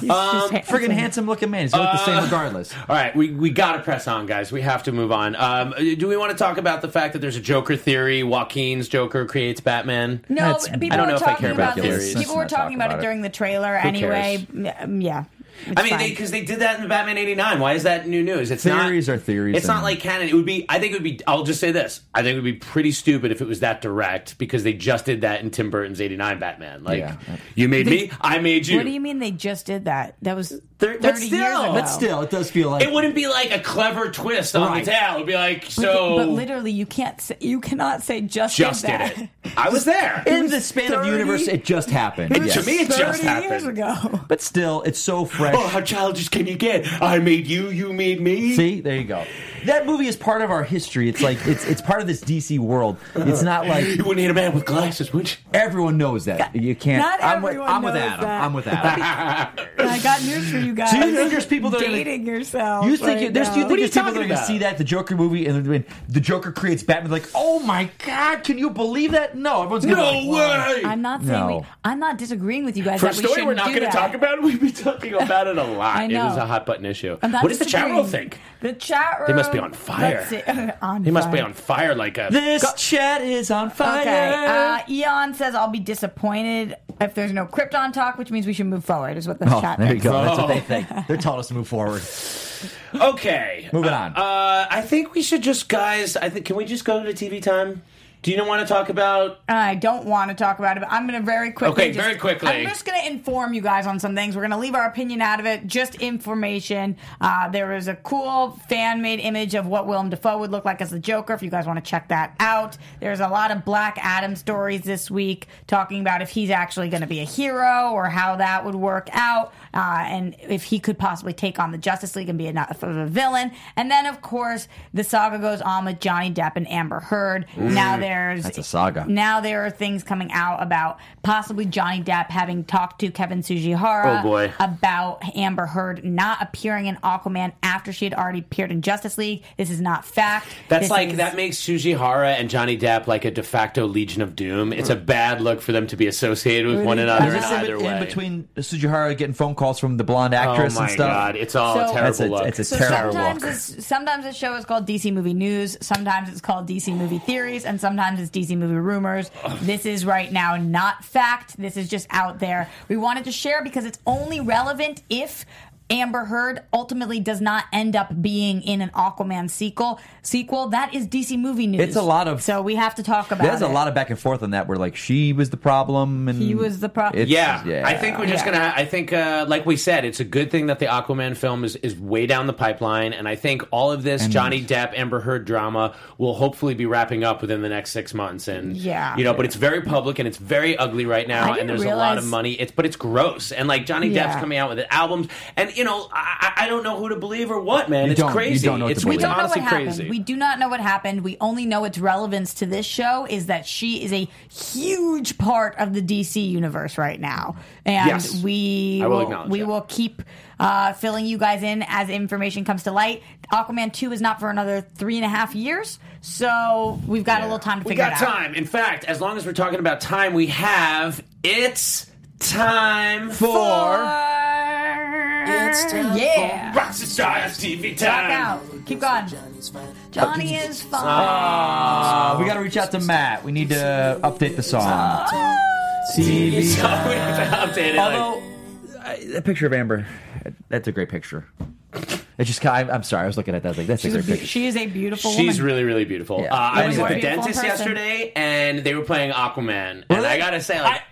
just
Um, friggin' handsome looking man. He's going to look
Uh,
the same regardless.
All right, we, we got to press on, guys. We have to move on. Um, do we want to talk about the fact that there's a Joker theory? Joaquin's Joker creates Batman.
No,
That's-
people
I don't
were
know if I
talking
care
about
about
this.
theories.
People were
Let's not
talking
talk
about it
about it.
during the trailer anyway. Mm, Yeah. It's
I mean,
fine.
because they, did that in the Batman '89. Why is that new news? It's
Theories
not,
are theories
It's not
and-
like canon. It would be. I think it would be. I'll just say this. I think it would be pretty stupid if it was that direct because they just did that in Tim Burton's '89 Batman. Like,
Yeah.
you made me, I made you.
what do you mean they just did that? That was 30
but
years
still-
ago.
But still, it does feel like
It wouldn't be like a clever twist on
Right.
the tale. It'd be like
But,
so.
but literally, you can't. Say, you cannot say just
just
did
did
that.
it. I was there.
in the span of
30
universe, it just happened.
It- to me, it just
30 years
happened.
ago.
but still, it's so fresh.
Oh, how childish can you get? I made you. You made me.
See, there you go. That movie is part of our history. It's like it's it's part of this DC world. It's not like
You wouldn't hit a man with glasses, would you?
everyone knows that. You can't.
Not
I'm with,
everyone
I'm with
knows
Adam.
that.
I'm with Adam.
I got news for you guys.
Do you think there's people that are gonna-
dating yourself?
You think
right
you, there's,
now.
do you think there's people
talking
that are going to
about?
see that the Joker movie and then the Joker creates Batman like, oh my god, can you believe that? No, everyone's going
No
to be like, wow.
way.
I'm not saying.
No.
We, I'm not disagreeing with you guys.
For a
that we
story
shouldn't
we're not
going to
talk about, we've been talking about it a lot.
I
It was
know.
a hot button issue.
I'm not
What does the chat room
disagreeing.
think?
The chat room.
They must be on fire.
let's see, on
He must be
fire.
on fire like a.
This chat is on fire.
Okay. Uh, Eon says I'll be disappointed if there's no Krypton talk, which means we should move forward. Is what the
oh,
chat.
there you
thinks.
go. That's what they think. They're telling us to move forward.
Okay.
Moving on.
Uh, I think we should just, guys. I think can we just go to TV time? Do you want to talk about?
I don't want to talk about it, but I'm going to very quickly.
Okay,
just-
very quickly.
I'm just going to inform you guys on some things. We're going to leave our opinion out of it, just information. Uh, there was a cool fan made image of what Willem Dafoe would look like as the Joker, if you guys want to check that out. There's a lot of Black Adam stories this week talking about if he's actually going to be a hero or how that would work out, uh, and if he could possibly take on the Justice League and be enough of a villain. And then, of course, the saga goes on with Johnny Depp and Amber Heard. Now they're there's
That's a saga.
Now there are things coming out about possibly Johnny Depp having talked to Kevin Sujihara
Oh, boy.
about Amber Heard not appearing in Aquaman after she had already appeared in Justice League. This is not fact.
That's
This
like
is-
that makes Sujihara and Johnny Depp like a de facto Legion of Doom. It's a bad look for them to be associated with one another
Is
in
this in,
Uh, either
in
way.
between Sujihara getting phone calls from the blonde actress
oh my
and stuff?
god, it's all
So-
a terrible
That's
a-
look.
it's a
So
terrible
sometimes
look.
it's, sometimes the show is called DC Movie News, sometimes it's called DC Movie Theories, and sometimes it's DC Movie Rumors. This is right now not fact. This is just out there. We wanted to share because it's only relevant if Amber Heard ultimately does not end up being in an Aquaman sequel. Sequel that is DC Movie News.
It's a lot of-
so we have to talk about.
There's a
it.
lot of back and forth on that where like she was the problem and
He was the pro-
it's-
yeah. I think we're just
Yeah.
gonna. I think, uh, like we said, it's a good thing that the Aquaman film is is way down the pipeline, and I think all of this Johnny Depp Amber Heard drama will hopefully be wrapping up within the next six months. And
Yeah.
you know, but it's very public and it's very ugly right
I
now,
didn't
and there's a lot of
realize-
money. It's but it's gross, and like Johnny
Yeah.
Depp's coming out with albums, and you know, I, I I don't know who to believe or what, man.
You
it's
don't- you
crazy.
don't know what to
it's
We
believe.
it's
don't know what
honestly
happened.
crazy.
We do not know what happened. We only know its relevance to this show is that she is a huge part of the DC universe right now, and
Yes.
we
I will
will,
acknowledge
we
that.
will keep uh, filling you guys in as information comes to light. Aquaman two is not for another three and a half years, so we've got a little time to
We
figure
got
it out.
time. In fact, as long as we're talking about time, we have it's time for
It's time yeah.
Rocks and Stars TV
Back
time.
out. Keep going. Johnny is fine.
Ah.
Uh, we got to reach out to Matt. We need to update the song.
So
TV.
we have to update it.
Although I, that picture of Amber, that's a great picture. It just ki- I'm, I'm sorry, I was looking at that like that's a
She's a
great
be-
picture.
she is a beautiful
like,
woman.
she's really, really beautiful.
Yeah.
Uh, I was
Yeah.
at the
Beautiful in
dentist
person.
yesterday, and they were playing Aquaman, and I
Really?
gotta say, like,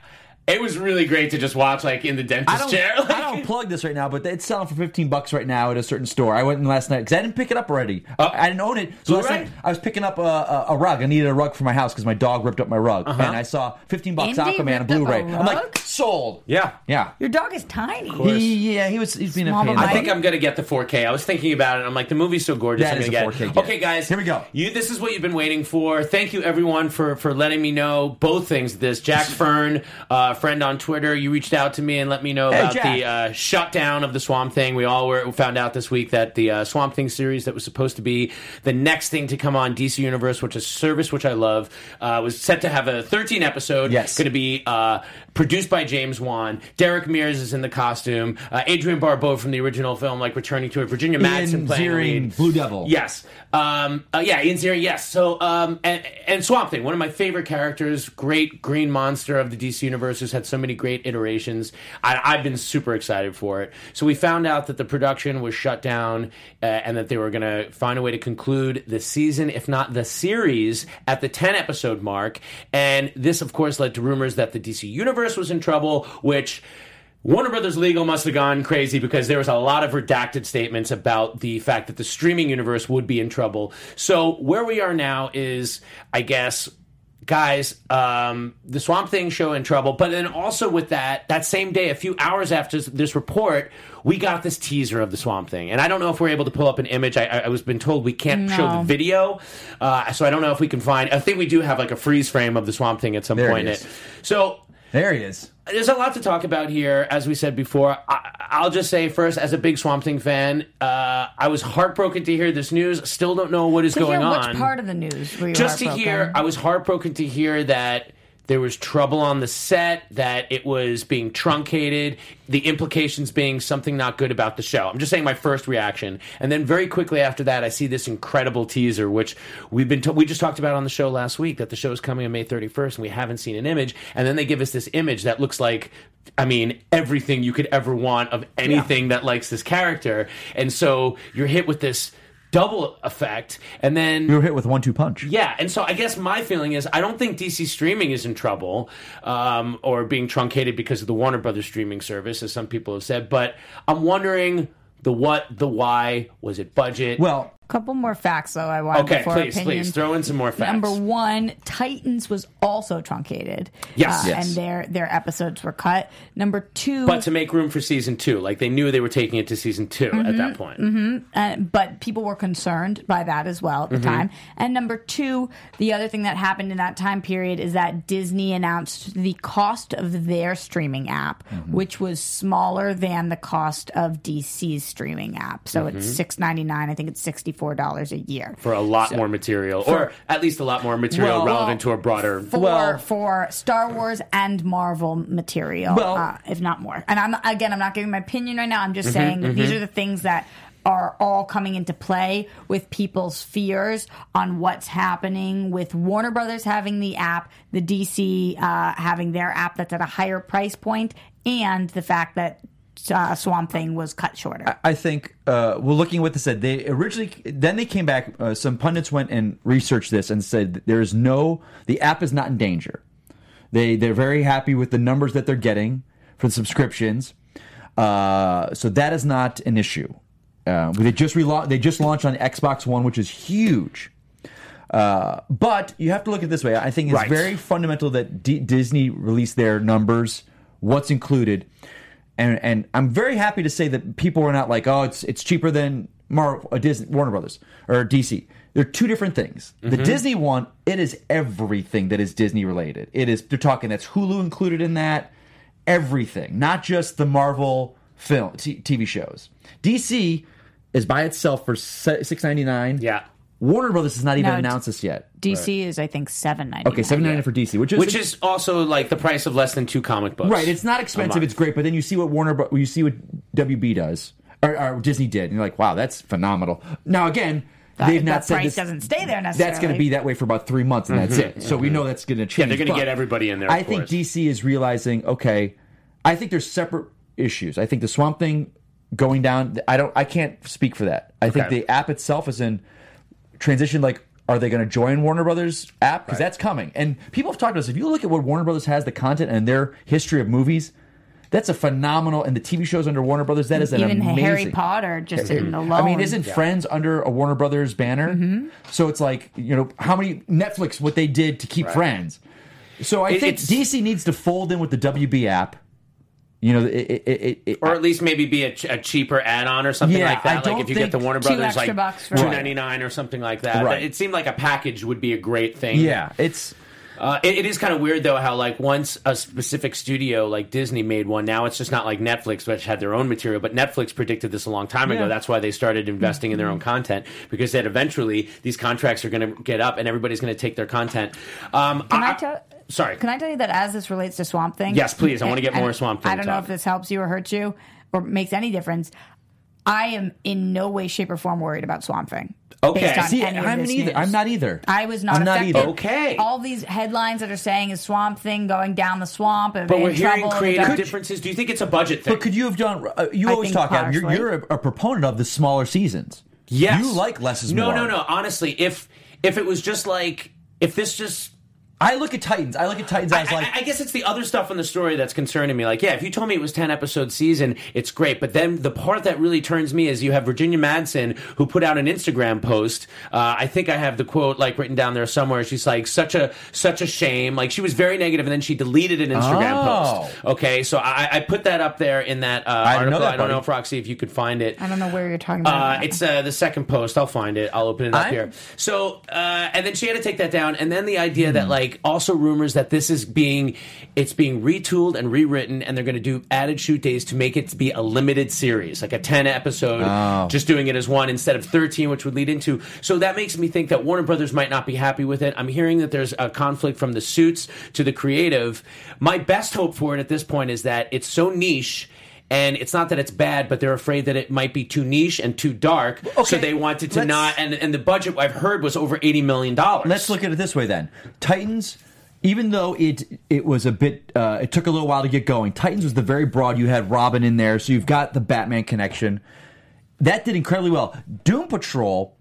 it was really great to just watch, like, in the dentist
I don't,
chair. Like,
I don't plug this right now, but it's selling for 15 bucks right now at a certain store. I went in last night because I didn't pick it up already.
Oh.
I didn't own it. So last
Blu-ray?
night I was picking up a, a, a rug. I needed a rug for my house because my dog ripped up my rug.
Uh-huh.
And I saw 15 bucks
Andy
Aquaman on
ripped up
Blu-ray.
a
I'm
rug?
like, sold.
Yeah.
Yeah.
Your dog is tiny.
He, yeah, he was he's being
Small
a pain.
but
in the
I think
butt.
I'm gonna get the 4K. I was thinking about it. I'm like, the movie's so gorgeous.
That
I'm
is
gonna
a
get.
4K
it.
get.
Okay, guys,
Here we go.
You, this is what you've been waiting for. Thank you, everyone, for for letting me know both things. This Jack Fern, uh, friend on Twitter, you reached out to me and let me know
Hey,
about
Jack.
the uh, shutdown of the Swamp Thing. We all were found out this week that the uh, Swamp Thing series that was supposed to be the next thing to come on DC Universe, which is service which I love, uh, was set to have a 13 episode.
Yes.
Gonna be be uh, produced by James Wan. Derek Mears is in the costume. Uh, Adrian Barbeau from the original film, like returning to it. Virginia Madsen playing
Ian
the
Ziering,
lead.
Blue Devil.
Yes. Um, uh, yeah, Ian Ziering, yes. So, um, and, and Swamp Thing, one of my favorite characters, great green monster of the DC Universe who's had so many great iterations. I, I've been super excited for it. So, we found out that the production was shut down uh, and that they were going to find a way to conclude the season, if not the series, at the 10 episode mark. And this, of course, led to rumors that the DC Universe was in trouble, which. Warner Brothers Legal must have gone crazy because there was a lot of redacted statements about the fact that the streaming universe would be in trouble. So where we are now is, I guess, guys, um, the Swamp Thing show in trouble. But then also with that, that same day, a few hours after this report, we got this teaser of the Swamp Thing, and I don't know if we're able to pull up an image. I, I, I was been told we can't show the video, uh, so I don't know if we can find. I think we do have like a freeze frame of the Swamp Thing at some
There it
point. in
is.
it. So
there he is.
there's a lot to talk about here, as we said before. I, I'll just say first, as a big Swamp Thing fan, uh, I was heartbroken to hear this news. Still don't know what is
to
going
hear
on.
which part of the news were you
just to
heartbroken?
hear, um, I was heartbroken to hear that there was trouble on the set, that it was being truncated, the implications being something not good about the show. I'm just saying my first reaction, and then very quickly after that, I see this incredible teaser, which we've been t- we just talked about on the show last week that the show is coming on May 31st, and we haven't seen an image, and then they give us this image that looks like. I mean, everything you could ever want of anything that likes this character. And so you're hit with this double effect. And then
We were hit with one two punch.
yeah, and so I guess my feeling is I don't think DC streaming is in trouble um, or being truncated because of the Warner Brothers streaming service, as some people have said. But I'm wondering the what, the why. Was it budget?
Well, uh,
couple more facts, though, I want
Okay,
before
please,
opinion.
please throw in some more facts.
Number one, Titans was also truncated.
Yes.
Uh,
Yes.
And their their episodes were cut. Number two,
But to make room for season two, like they knew they were taking it to season 2 at
Mm-hmm,
that point.
uh, but people were concerned by that as well at
Mm-hmm.
the time. And number two, the other thing that happened in that time period is that Disney announced the cost of their streaming app, which was smaller than the cost of DC's streaming app. So it's
Mm-hmm.
six ninety nine. I think it's sixty four dollars a year
For a lot more material, or at least a lot more material
Well,
relevant to a broader.
for
Well-
for Star Wars and Marvel material,
Well-
uh, if not more. And I'm again, I'm not giving my opinion right now. I'm
Mm-hmm,
just saying that these are the things that are all coming into play with people's fears on what's happening with Warner Brothers having the app, the DC uh, having their app that's at a higher price point, and the fact that uh, Swamp Thing was cut shorter.
I think uh, well, looking at what they said, they originally then they came back. Uh, some pundits went and researched this and said there is no the app is not in danger. They they're very happy with the numbers that they're getting for the subscriptions, uh, so that is not an issue. Uh, they just rela- they just launched on Xbox One, which is huge. Uh, but you have to look at it this way. I think it's
Right.
very fundamental that D- Disney released their numbers, what's included, and and I'm very happy to say that people are not like, oh, it's it's cheaper than Marvel, uh, Disney, Warner Brothers, or DC. They're two different things.
Mm-hmm.
The Disney one, it is everything that is Disney related. It is they're talking that's Hulu included in that, everything, not just the Marvel film t- TV shows. DC is by itself for six ninety nine.
Yeah.
Warner Brothers has not even
No, it's-
announced this yet.
DC is, I think, seven ninety.
Okay, seven ninety nine for DC, which is
Which is also like the price of less than two comic books.
Right, it's not expensive. It's great, but then you see what Warner, Bro- you see what WB does or, or Disney did, and you're like, wow, that's phenomenal. Now again, they've
the
not said
price
this-
doesn't stay there necessarily.
That's going to be that way for about three months, and that's it. So we know that's going to change.
Mm-hmm. they're gonna
but
get everybody in there,
I
of
think
course.
DC is realizing, okay, I think there's separate issues. I think the Swamp Thing going down. I don't. I can't speak for that. I think
Okay.
the app itself is in transition. Like, are they going to join Warner Brothers app because that's coming? And people have talked to us. If you look at what Warner Brothers has, the content and their history of movies. That's a phenomenal, and the TV shows under Warner Brothers. That is an
even
amazing.
Harry Potter just in the
I mean, isn't Friends under a Warner Brothers banner?
Mm-hmm.
So it's like you know how many Netflix what they did to keep Friends. So I
It-
think
it's-
DC needs to fold in with the WB app. You know, it, it, it, it,
Or at least maybe be a, ch- a cheaper add-on or something
Yeah,
like
I
that.
don't
Like if you get the
think
Warner
two
Brothers,
extra
like
bucks for-
two ninety nine or something like that.
Right.
It seemed like a package would be a great thing.
yeah, it's
Uh, it, it is kind of weird though how like once a specific studio like Disney made one, now it's just not like Netflix, which had their own material. But Netflix predicted this a long time ago. That's why they started investing in their
Mm-hmm.
own content because that eventually these contracts are going to get up and everybody's going to take their content. Um,
Can I tell-
Sorry.
Can I tell you that as this relates to Swamp Thing?
Yes, please. I wanna get
And-
more
and
Swamp Thing
I don't know
talk.
if this helps you or hurts you or makes any difference. I am in no way, shape, or form worried about Swamp Thing.
Okay.
Based on
See,
any of
I'm
this
neither.
news.
I'm not either.
I was not
I'm not
affected.
either.
Okay.
All these headlines that are saying is Swamp Thing going down the swamp.
But we're hearing creative
different.
differences. Do you think it's a budget thing?
But could you have done? Uh, you
I
always
think
talk out. You're,
partially.
you're a, a proponent of the smaller seasons.
Yes.
you like less is
no,
more.
No, no, Honestly, if if it was just like if this just
I look at Titans. I look at Titans. I, was
I,
like,
I- I guess it's the other stuff in the story that's concerning me. Like, yeah, if you told me it was ten episode season, it's great. But then the part that really turns me is you have Virginia Madsen who put out an Instagram post. Uh, I think I have the quote like written down there somewhere. She's like, "Such a such a shame." Like she was very negative, and then she deleted an Instagram
Oh.
post. Okay, so I, I put that up there in that uh,
didn't know
article.
that,
I don't know,
buddy.
if Roxy, if you could find it.
I don't know where you're talking
Uh,
about.
it's uh, the second post. I'll find it. I'll open it up
I'm-
here. So, uh, and then she had to take that down. And then the idea
Hmm.
that like also rumors that this is being it's being retooled and rewritten, and they're going to do added shoot days to make it be a limited series, like a ten episode,
Oh.
just doing it as one instead of thirteen, which would lead into. So that makes me think that Warner Brothers might not be happy with it. I'm hearing that there's a conflict from the suits to the creative. My best hope for it at this point is that it's so niche. And it's not that it's bad, but they're afraid that it might be too niche and too dark. so
Okay,
they wanted to
let's-
not. And, and the budget I've heard was over eighty million dollars.
Let's look at it this way then. Titans, even though it it was a bit, uh, it took a little while to get going. Titans was the very broad. You had Robin in there, so you've got the Batman connection. That did incredibly well. Doom Patrol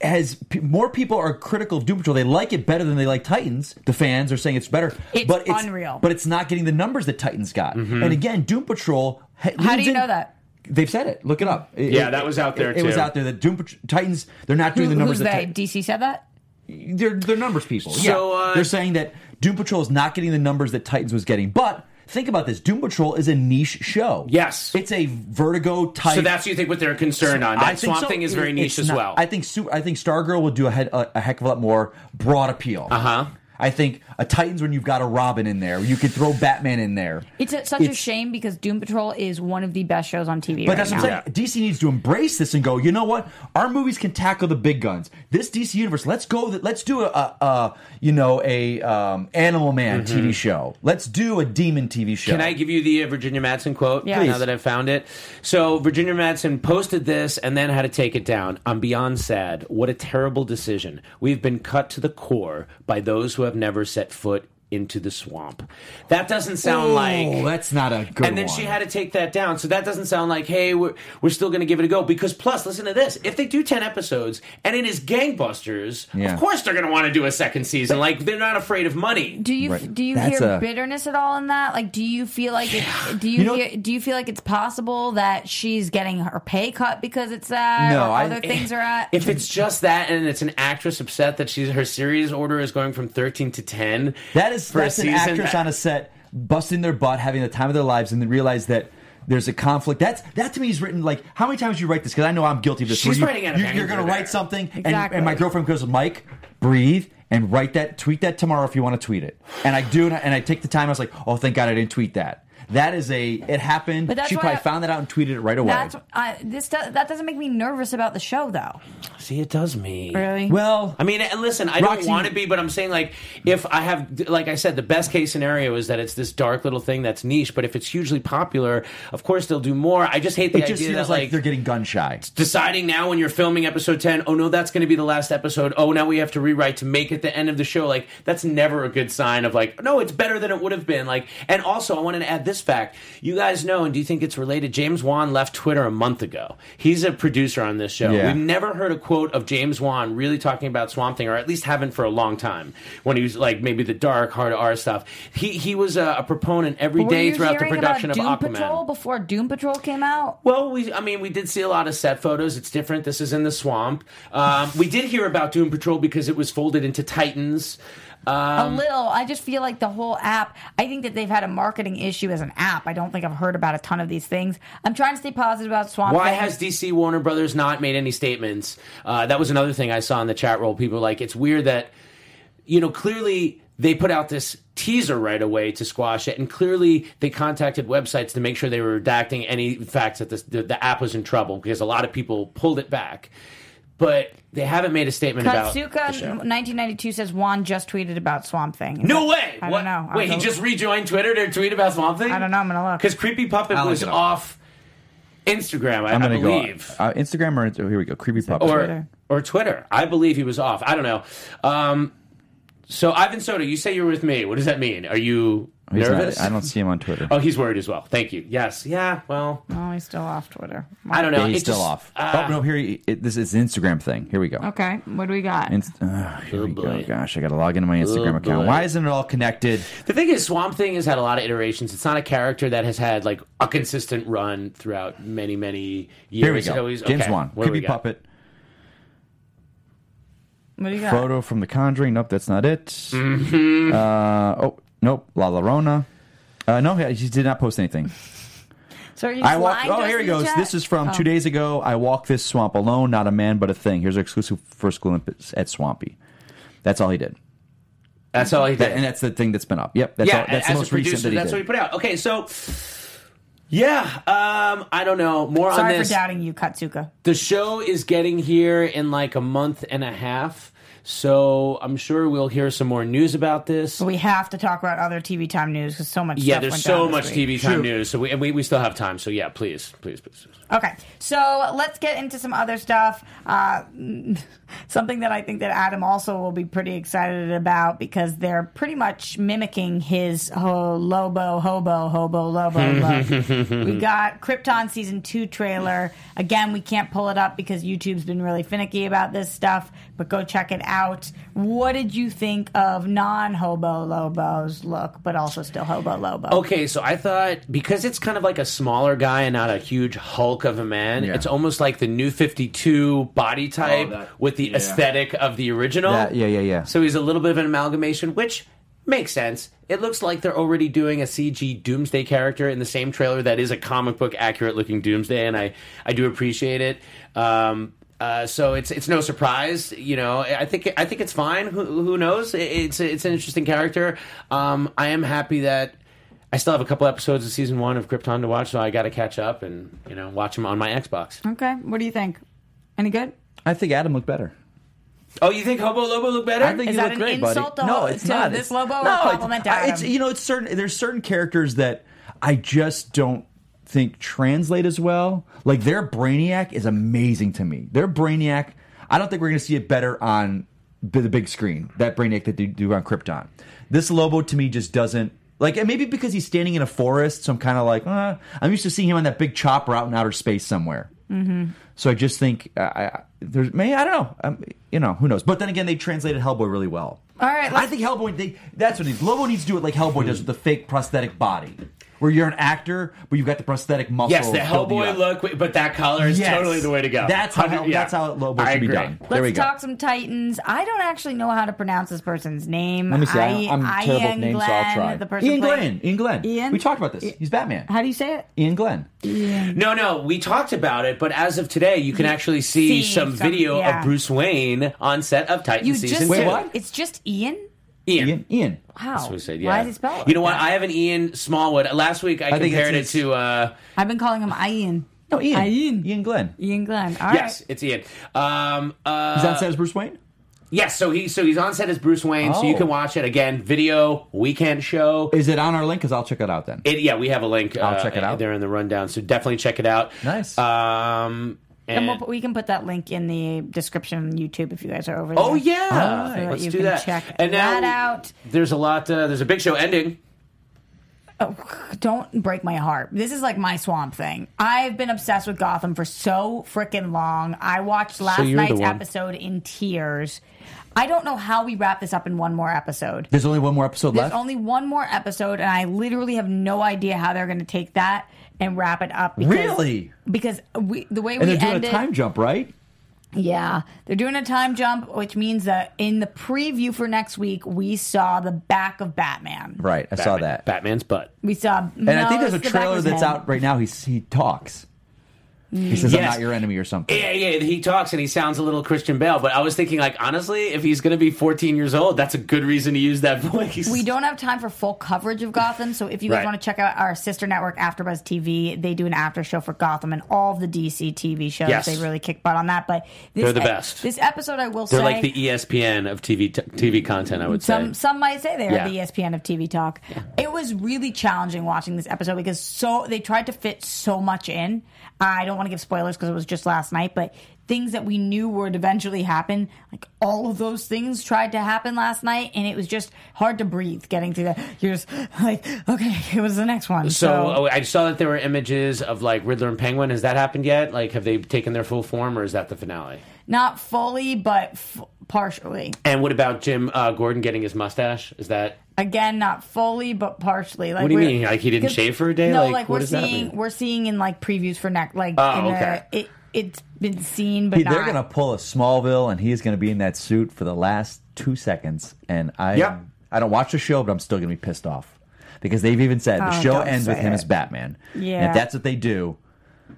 has p- more people are critical of Doom Patrol. They like it better than they like Titans. The fans are saying it's better.
It's
but it's
unreal.
Mm-hmm.
But it's not getting the numbers that Titans got. And again, Doom Patrol. ha-
How do
leans
you
in-
know that?
They've said it. Look it up. It-
Yeah,
it-
that was out there,
It, it was
too.
out there. The Doom Patr- Titans. They're not doing
Who-
the numbers.
who's
that
they? DC said that.
they're they're numbers people.
So,
yeah.
uh,
they're saying that Doom Patrol is not getting the numbers that Titans was getting. But think about this: Doom Patrol is a niche show.
Yes.
it's a Vertigo type.
So that's you think what they're concerned on.
I
That
think
Swamp
so.
Thing is very
It-
niche
it's
as
not-
well.
I think Su- I think Stargirl will do a, head, a, a heck of a lot more broad appeal. Uh
Uh-huh.
I think a Titans when you've got a Robin in there, you could throw Batman in there.
It's a, such a
It's-
shame because Doom Patrol is one of the best shows on TV.
But
right
that's
now.
what I'm saying. DC needs to embrace this and go. You know what? Our movies can tackle the big guns. This DC universe. Let's go. Let's do a, a, a you know a um, Animal Man TV show. Let's do a Demon TV show.
Mm-hmm. Can I give you the uh, Virginia Madsen quote
Yeah.
now
Please.
that I've found it? So, Virginia Madsen posted this and then had to take it down. I'm beyond sad. What a terrible decision. We've been cut to the core by those who have never set foot into the swamp. That doesn't sound
Oh,
like.
that's not a good.
and then she
one.
had to take that down. So that doesn't sound like, hey, we're, we're still going to give it a go. Because, plus, listen to this. If they do 10 episodes and it is gangbusters,
Yeah.
of course they're going to want to do a second season. Like, they're not afraid of money.
Do you
Right.
do you
That's
hear
a-
bitterness at all in that? Like, do you feel like it, do you,
You know-
hear, do you feel like it's possible that she's getting her pay cut because it's that?
No,
or
I-
other things are at.
If it's just that, and it's an actress upset that she's her series order is going from thirteen to ten.
That is
for a
that's an
season,
actress on a set busting their butt, having the time of their lives, and then realize that there's a conflict. That's that to me is written like how many times you write this because I know I'm guilty of this.
She's
where you,
writing out of
you, You're going to
anger
write
there.
something, and- and,
Exactly.
my girlfriend goes, Mike, breathe. And write that, tweet that tomorrow if you want to tweet it. And I do, and I, and I take the time. I was like, oh, thank God I didn't tweet that. That is a, it happened.
But that's
She
why
probably
I-
found that out and tweeted it right away.
that's I, this do, that doesn't make me nervous about the show though.
See, it does me.
well,
I mean, and listen, I
Roxy-
don't want to be, but I'm saying like if I have, like I said, the best case scenario is that it's this dark little thing that's niche. But if it's hugely popular, of course they'll do more. I just hate the
it just
idea
feels
that
like,
like.
they're getting gun shy.
Deciding now when you're filming episode 10, oh no, that's going to be the last episode. Oh, now we have to rewrite to make it the end of the show. Like, that's never a good sign of like, no, it's better than it would have been. Like, and also, I wanted to add this fact. You guys know, and do you think it's related? James Wan left Twitter a month ago. He's a producer on this show.
Yeah.
We've never heard a quote of James Wan really talking about Swamp Thing, or at least haven't for a long time when he was like maybe the dark, hard R stuff. He, he was a, a proponent every
Were
day
you
throughout the
hearing
production
about Doom
of Aquaman.
Patrol before Doom Patrol came out?
Well, we, I mean, we did see a lot of set photos. It's different. This is in the swamp. Um, we did hear about Doom Patrol because it was folded into Titans. Um,
a little. I just feel like the whole app. I think that they've had a marketing issue as an app. I don't think I've heard about a ton of these things. I'm trying to stay positive about Swamp.
Why
Thing.
has DC Warner Brothers not made any statements? Uh, that was another thing I saw in the chat roll. People were like, it's weird that, you know, clearly they put out this teaser right away to squash it, and clearly they contacted websites to make sure they were redacting any facts that this, the, the app was in trouble because a lot of people pulled it back. But they haven't made a statement about the show.
Katsuka 1992 says Juan just tweeted about Swamp Thing.
No way!
I
What?
don't know.
Wait, he
I'll go-
just rejoined Twitter to tweet about Swamp Thing?
I don't know. I'm gonna look.
Because Creepy Puppet
I'll look
was
it up.
off Instagram, I,
I'm
I
gonna go
believe.
uh, Instagram or oh, here we go. Creepy puppet.
or,
Twitter.
or Twitter. I believe he was off. I don't know. Um, so, Ivan Soda, you say you're with me. What does that mean? Are you
He's not-
nervous?
I don't see him on Twitter.
Oh, he's worried as well. Thank you. Yes. Yeah, well,
Oh, he's still off Twitter.
I don't know.
Yeah, he's
It
still
just-
off.
ah.
oh no, here he, it, this is an Instagram thing. Here we go.
uh, Okay, what do we got?
Inst- ah, here we go.
boy.
Gosh, I got to log into my Instagram account.
boy.
Why isn't it all connected?
The thing is, Swamp Thing has had a lot of iterations. It's not a character that has had like a consistent run throughout many, many years.
Here we
It
go.
always-
James
okay,
Wan,
what do we
creepy
got?
puppet.
what do you got?
Photo from The Conjuring. Nope, that's not it.
Mm-hmm.
Uh, oh, nope. La Llorona. Uh, no, he he did not post anything.
So are you
I walk.
lying to
Oh,
us
here he
in the
goes.
chat?
This is from
Oh.
two days ago. I walk this swamp alone, not a man, but a thing. Here's our exclusive first glimpse at Swampy. That's all he did,
That's all he did.
That- and that's the thing that's been up. Yep, that's all, that's the
as
most
a producer,
recent that he
that's
did.
what he put out. Okay, so yeah, um, I don't know more
Sorry
on this.
for doubting you, Katsuka.
the show is getting here in like a month and a half, so I'm sure we'll hear some more news about this.
We have to talk about other TV time news because so much.
yeah,
stuff
there's
went
so
down
much
this week.
TV time news, so we, and we we still have time. So yeah, please, please, please. please.
Okay, so let's get into some other stuff. Uh, something that I think that Adam also will be pretty excited about because they're pretty much mimicking his oh, Lobo, Hobo, Hobo, Lobo. Lobo. we got Krypton season two trailer. Again, we can't pull it up because YouTube's been really finicky about this stuff, but go check it out. What did you think of non hobo Lobo's look, but also still hobo Lobo?
Okay, so I thought because it's kind of like a smaller guy and not a huge hulk of a man, it's almost like the new 52 body
Oh,
type
that-
with the
yeah.
aesthetic of the original.
That- yeah, yeah, yeah.
So he's a little bit of an amalgamation, which makes sense. It looks like they're already doing a CG Doomsday character in the same trailer that is a comic book accurate looking Doomsday, and I, I do appreciate it. Um, uh, so it's it's no surprise, you know. I think I think it's fine. Who, who knows? It- It's it's an interesting character. Um, I am happy that I still have a couple episodes of season one of Krypton to watch, so I got to catch up and you know watch them on my Xbox.
Okay. What do you think? Any good?
I think Adam looked better.
Oh, you think Hobo Lobo look better?
I think
Is
you
that
look
an
great,
insult
buddy.
to
no,
Ho-
it's
to
not.
this
It's-
Lobo or
no, it's-
compliment to
I- It's,
Adam?
you know, it's certain. There's certain characters that I just don't think translate as well. Like their Brainiac is amazing to me. Their Brainiac, I don't think we're going to see it better on b- the big screen. That Brainiac that they do on Krypton. This Lobo to me just doesn't. Like and maybe because he's standing in a forest, so I'm kind of like, uh, I'm used to seeing him on that big chopper out in outer space somewhere. So I just think uh, I, I- there's may I don't know um, you know who knows. But then again, they translated Hellboy really well.
All right,
I
let's-
think Hellboy. They, that's what it is. Lobo needs to do it like Hellboy does with the fake prosthetic body, where you're an actor but you've got the prosthetic muscle.
Yes, the
to build you
Hellboy
Oh, up.
look, but that collar is
Yes.
totally the way to go.
That's how
100 yeah.
that's how Lobo
I
should be
agree.
done.
Let's
there we go.
talk some Titans. I don't actually know how to pronounce this person's name.
Let me see. I,
I-
am terrible
Ian
with names, so I'll
Glenn,
try.
The person
Ian
playing-
Glenn. Ian Glenn.
Ian?
We talked about this. He's Batman.
How do you say it?
Ian Glenn.
No, no, we talked about it, but as of today, you can actually see,
See
some,
some-
video
yeah.
of Bruce Wayne on set of Titan
You
season
just
two.
Wait, what?
It's just Ian.
Ian.
Ian. Ian.
Wow.
That's what we said, yeah.
Why is it spelled? like
You know what?
that?
I have an Ian Smallwood. Last week I,
think
compared it
it's-
to. Uh,
I've been calling him Ian.
No, Ian.
Ian.
Ian Glenn.
Ian Glenn. All right.
yes, it's Ian. Um, uh,
He's on set as Bruce Wayne.
yes, so he so he's on set as Bruce Wayne, so you
Oh.
can watch it again. Video weekend show.
Is it on our link? Because I'll check it out then.
It, yeah, we have a link.
I'll
uh,
check it out.
there in the rundown. So definitely check it out.
Nice.
Um,
And we'll,
and-
put- we can put that link in the description on YouTube if you guys are over there.
Oh yeah,
All right,
So
let's
you
do
can
that.
Check
and now
that out.
there's a lot. Uh, there's a big show ending.
Oh, don't break my heart. This is like my swamp thing. I've been obsessed with Gotham for so freaking long. I watched last
you're the
night's
one.
episode in tears. I don't know how we wrap this up in one more episode.
There's only one more episode
There's
left.
only one more episode, and I literally have no idea how they're going to take that and wrap it up. Because,
Really?
Because we, the way
and
we
they're doing
ended,
a time jump, right?
yeah, they're doing a time jump, which means that in the preview for next week, we saw the back of Batman.
Right, I saw that.
Batman's butt.
We saw,
And I think there's a trailer that's out right now. He he talks. He says, "I'm
Yes.
not your enemy" or something.
Yeah, yeah. He talks and he sounds a little Christian Bale. But I was thinking, like, honestly, if he's going to be 14 years old, that's a good reason to use that voice.
We don't have time for full coverage of Gotham, so if you guys
Right.
want to check out our sister network, AfterBuzz TV, they do an after show for Gotham and all of the DC TV shows.
Yes.
They really kick butt on that, but this
They're the best.
This episode, I will
They're
say,
like the E ESPN of TV t- TV content. I would
Some
say.
some might say they are
Yeah.
the E ESPN of TV talk. It was really challenging watching this episode because so they tried to fit so much in. I don't want to give spoilers because it was just last night, but things that we knew would eventually happen, like all of those things tried to happen last night, and it was just hard to breathe getting through that. You're just like, okay, it was the next one.
So
So,
oh, I saw that there were images of like Riddler and Penguin. Has that happened yet? Like, have they taken their full form, or is that the finale?
not fully, but f- partially.
And what about Jim uh, Gordon getting his mustache? Is that
again not fully but partially like
What do you
we're-
mean? Like, he didn't
'cause-
shave for a day?
no
Like,
like,
what
we're
does that
seeing
mean?
we're seeing in like previews for next like
Oh,
in a-
okay.
it, it's been seen but
Hey,
not
they're gonna pull a Smallville, and he is gonna be in that suit for the last two seconds. And I,
Yep.
I don't watch the show, but I'm still gonna be pissed off because they've even said the show
don't
ends with
say
him
it.
as Batman. And
Yeah.
if that's what they do,
So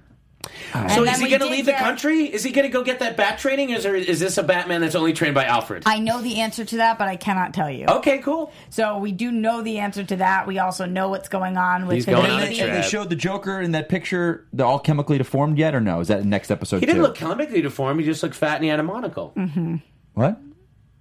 And
is
then
he
we
going to
did
leave the
get-
country? Is he going to go get that bat training? Is there is this a Batman that's only trained by Alfred?
I know the answer to that but I cannot tell you
okay, cool.
so we do know the answer to that we also know what's going on with
He's
the
going
and
on a
they,
baby.
and they
trip.
showed the Joker in that picture. They're all chemically deformed yet, or no? Is that the next episode?
He didn't
Mm-hmm.
too?
look chemically deformed. He just looked fat and he had a monocle.
what?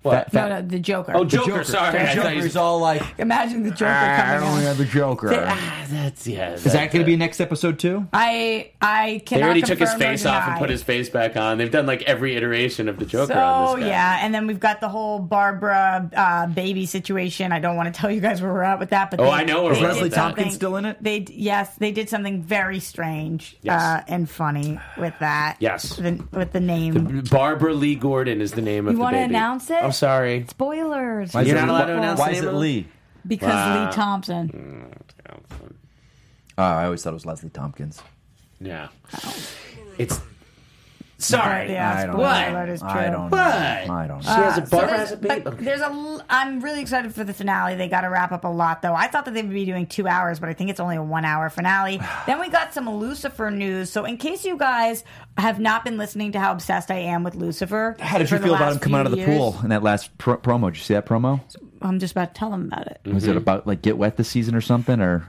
What?
No, no, the Joker.
Oh, Ah, Joker. Sorry, I thought you
Joker's
said-
all like,
Imagine the Joker
I
coming uh,
don't
out.
have the Joker.
Ah, that's yeah.
Is that going to be next episode too?
I I
They
cannot.
already took his
confirm or
face off and
deny.
put his face back on. They've done like every iteration of the Joker
So
on this guy.
yeah, and then we've got the whole Barbara uh, baby situation. I don't want to tell you guys where we're at with that, but
Oh,
they-
I know where
they
we're
did
at with that.
something-
Tompkins still in it?
They d- yes, they did something very strange
Yes.
uh, and funny with that.
Yes.
the, with the name.
Barbara Lee Gordon is the name of
You
the
wanna
baby.
announce it?
I'm sorry.
Spoilers
You're not allowed to announce
Why
the
is
name
it
of it?
Lee?
because
Wow.
Lee Thompson.
Uh, I always thought it was Leslie Tompkins.
Yeah.
Oh.
It's sorry.
Yeah,
I don't
spoiler
know.
alert is true. Uh,
I don't know.
What?
I don't know.
She has a
So
Barbara
there's-
has a
but
baby.
there's a. l- I'm really excited for the finale. They got to wrap up a lot, though. I thought that they would be doing two hours, but I think it's only a one hour finale. then we got some Lucifer news. So in case you guys have not been listening to how obsessed I am with Lucifer,
How did you
for the
feel about
last
him coming out of the
few
pool
years-
in that last pro- promo? Did you see that promo?
I'm just about to tell them about it.
Was it about like get wet this season or something? Or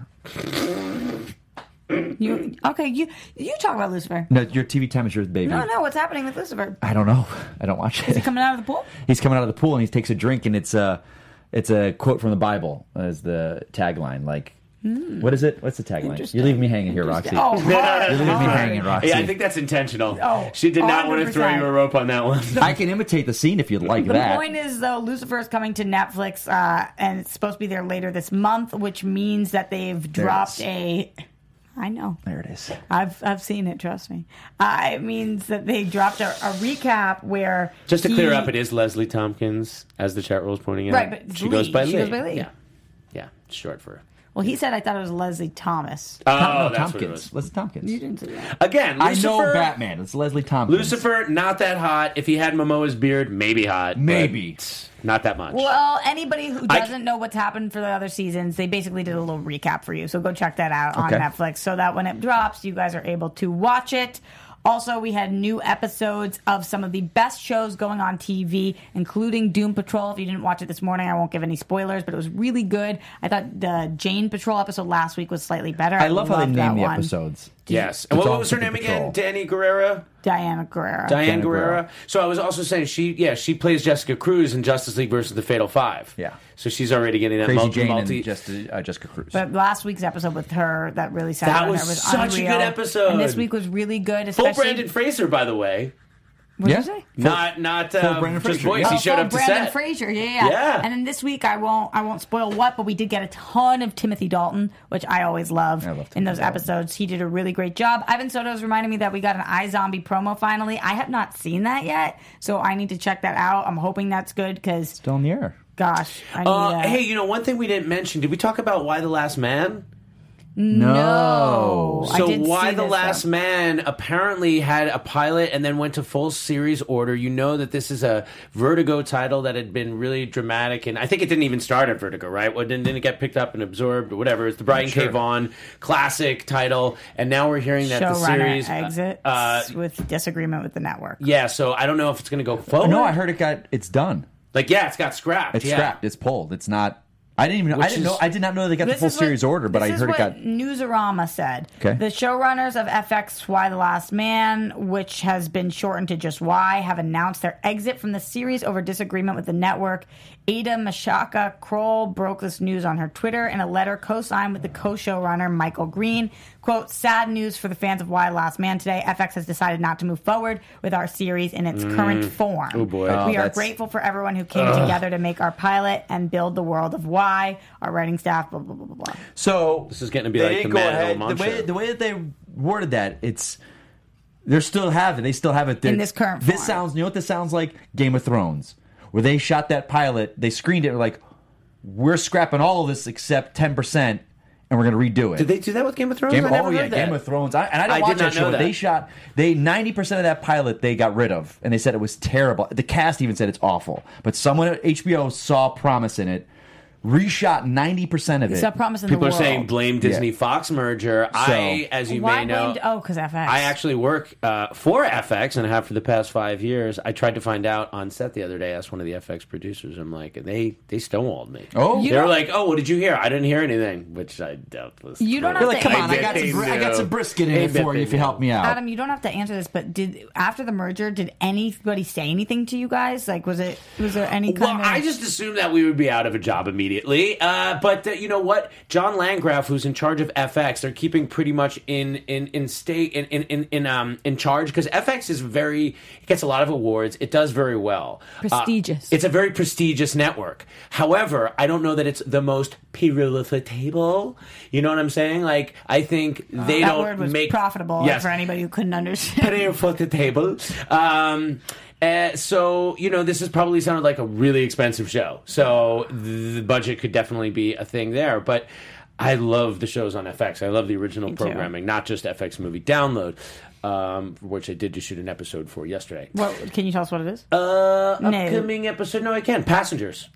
You okay? You you talk about Lucifer.
no, your TV time is yours, baby.
No, no. What's happening with Lucifer?
I don't know. I don't watch it.
Coming out of the pool?
He's coming out of the pool and he takes a drink and it's a it's a quote from the Bible as the tagline. Like, what is it? What's the tagline?
Hmm. Interesting.
You're leaving me hanging here, Roxy.
Oh,
You're leaving me hanging, Roxy.
Yeah, I think that's intentional.
Oh,
she did not want to throw
100%.
you a rope on that one.
I can imitate the scene if you'd like
The
that.
point is, though, Lucifer is coming to Netflix, uh, and it's supposed to be there later this month, which means that they've dropped
is.
a. I know.
there it is.
I've I've seen it. Trust me. Uh, it means that they dropped a, a recap where
Just to
he-
clear up, it is Leslie Tompkins, as the chat roll is pointing out.
Right, but it's
she goes
Lee.
by Lee.
She goes by Lee.
Yeah, yeah, it's short for. Her.
Well, he said I thought it was Leslie Thomas.
Oh,
Tom- no,
that's what it
Tompkins.
was.
Leslie Tompkins.
you didn't say
Uh,
that.
Again, Lucifer,
I know Batman. It's Leslie Tompkins.
Lucifer, not that hot. If he had Momoa's beard, maybe hot. but
Maybe.
not that much.
Well, anybody who
I-
doesn't know what's happened for the other seasons, they basically did a little recap for you. So go check that out on
Okay.
Netflix so that when it drops, you guys are able to watch it. Also, we had new episodes of some of the best shows going on TV, including Doom Patrol. If you didn't watch it this morning, I won't give any spoilers, but it was really good. I thought the Jane Patrol episode last week was slightly better.
I love how they
loved that
name the
one.
episodes.
yes. And what,
all
what was her
Patrol.
name again? Danny Guerrera.
Diana Guerrero.
Diane
Diana
Guerrera.
Guerrero.
So I was also saying she, yeah, she plays Jessica Cruz in Justice League versus the Fatal Five.
Yeah.
So she's already getting that
Crazy
multi.
Jane
multi-
and Jessica, uh, Jessica Cruz.
But last week's episode with her that really sat
That
on her
was
was
such a
unreal.
good episode.
And this week was really good. Especially
Full Brandon Fraser, by the way.
What did
Yeah.
you say?
Not not uh,
Brandon
just
Fraser,
voice.
yeah.
He
Oh,
showed
oh,
up to
Brandon
set.
Fraser, yeah, yeah,
Yeah.
And then this week I won't I won't spoil what, but we did get a ton of Timothy Dalton, which I always love,
I love
in
Timothy
those
Dalton.
episodes. He did a really great job. Ivan Soto's reminded me that we got an iZombie promo finally. I have not seen that yet, so I need to check that out. I'm hoping that's good because
Still in the air.
gosh, I need
Uh,
that.
Hey, you know one thing we didn't mention? Did we talk about why the last man?
no. I
So
did
why
see
the
this,
last
though.
man apparently had a pilot and then went to full series order. You know that this is a Vertigo title that had been really dramatic, and I think it didn't even start at Vertigo, right? Well, didn't, didn't it get picked up and absorbed or whatever? It's the Brian K. Vaughan classic title, and now we're hearing that the
showrunner
series
exits
uh,
with disagreement with the network?
yeah, so I don't know if it's going to go forward.
No, I heard it got. It's done.
like yeah, it's got scrapped.
It's
yeah.
scrapped. It's pulled. It's not. I didn't even.
Which
I didn't
is-
know. I did not know they got the
This
full
is what-
series order, but
this
I
is
heard it
what
got.
Newsarama said.
Okay.
The showrunners of FX Why the Last Man, which has been shortened to just Why, have announced their exit from the series over disagreement with the network. Ada Mashaka Kroll broke this news on her Twitter in a letter co-signed with the co-showrunner Michael Green. Quote, sad news for the fans of Why the Last Man today. FX has decided not to move forward with our series in its current
Mm.
form. Oh boy. we are
that's-
grateful grateful for everyone who came together to make our pilot and build the world of why our writing staff blah blah blah blah blah
So
This is getting to be
they
like the
didn't
Mad Old
The
Mom
way
show.
the way that they worded that, it's they're still have it. They still have it.
In
They're-
this current
This
form.
sounds. You know what this sounds like? Game of Thrones, where they shot that pilot, they screened it. Like we're scrapping all of this except ten percent, and we're gonna redo it.
Did they do that with Game of Thrones?
Game,
I never
oh yeah,
heard that.
Game of Thrones. I, and I
I
don't
did not
watch that show.
know
but
that.
They shot they ninety percent of that pilot they got rid of, and they said it was terrible. The cast even said it's awful. But someone at HBO saw promise in it, reshot ninety percent of it.
It's a promise in
People
the
are
world.
saying blame Disney Fox merger. I, as you
Why
may know,
blamed- oh, 'cause FX.
I actually work uh, for FX and have for the past five years. I tried to find out on set the other day. I asked one of the FX producers. I'm like, they they stonewalled me.
Oh. You
they're
don't-
like, oh, what did you hear? I didn't hear anything, which I doubt was.
You don't
correct.
have
You're like,
to
come on, I,
bet
got
they
some, br- I
knew.
got some brisket in
I
it
bet
for
they
you if you
knew.
help me out.
Adam, you don't have to answer this, but did after the merger, did anybody say anything to you guys? Like, was it was there any kind
Well,
of?
I just assumed that we would be out of a job immediately. Uh, but uh, you know what? John Landgraf, who's in charge of FX, they're keeping pretty much in in in state in in in, in um in charge because FX is very it gets a lot of awards. It does very well. Uh,
Prestigious.
it's a very prestigious network. However, I don't know that it's the most profitable. You know what I'm saying? Like I think they
that
don't
word was
make
profitable
Yes
for anybody who couldn't understand.
prayer for the table. Um, uh, so you know, this has probably sounded like a really expensive show. So the budget could definitely be a thing there, but. I love the shows on FX. I love the original
too.
programming, not just FX Movie Download, um, which I did just shoot an episode for yesterday.
Well, can you tell us what it is?
Uh,
No.
upcoming episode? No, I can. Passengers.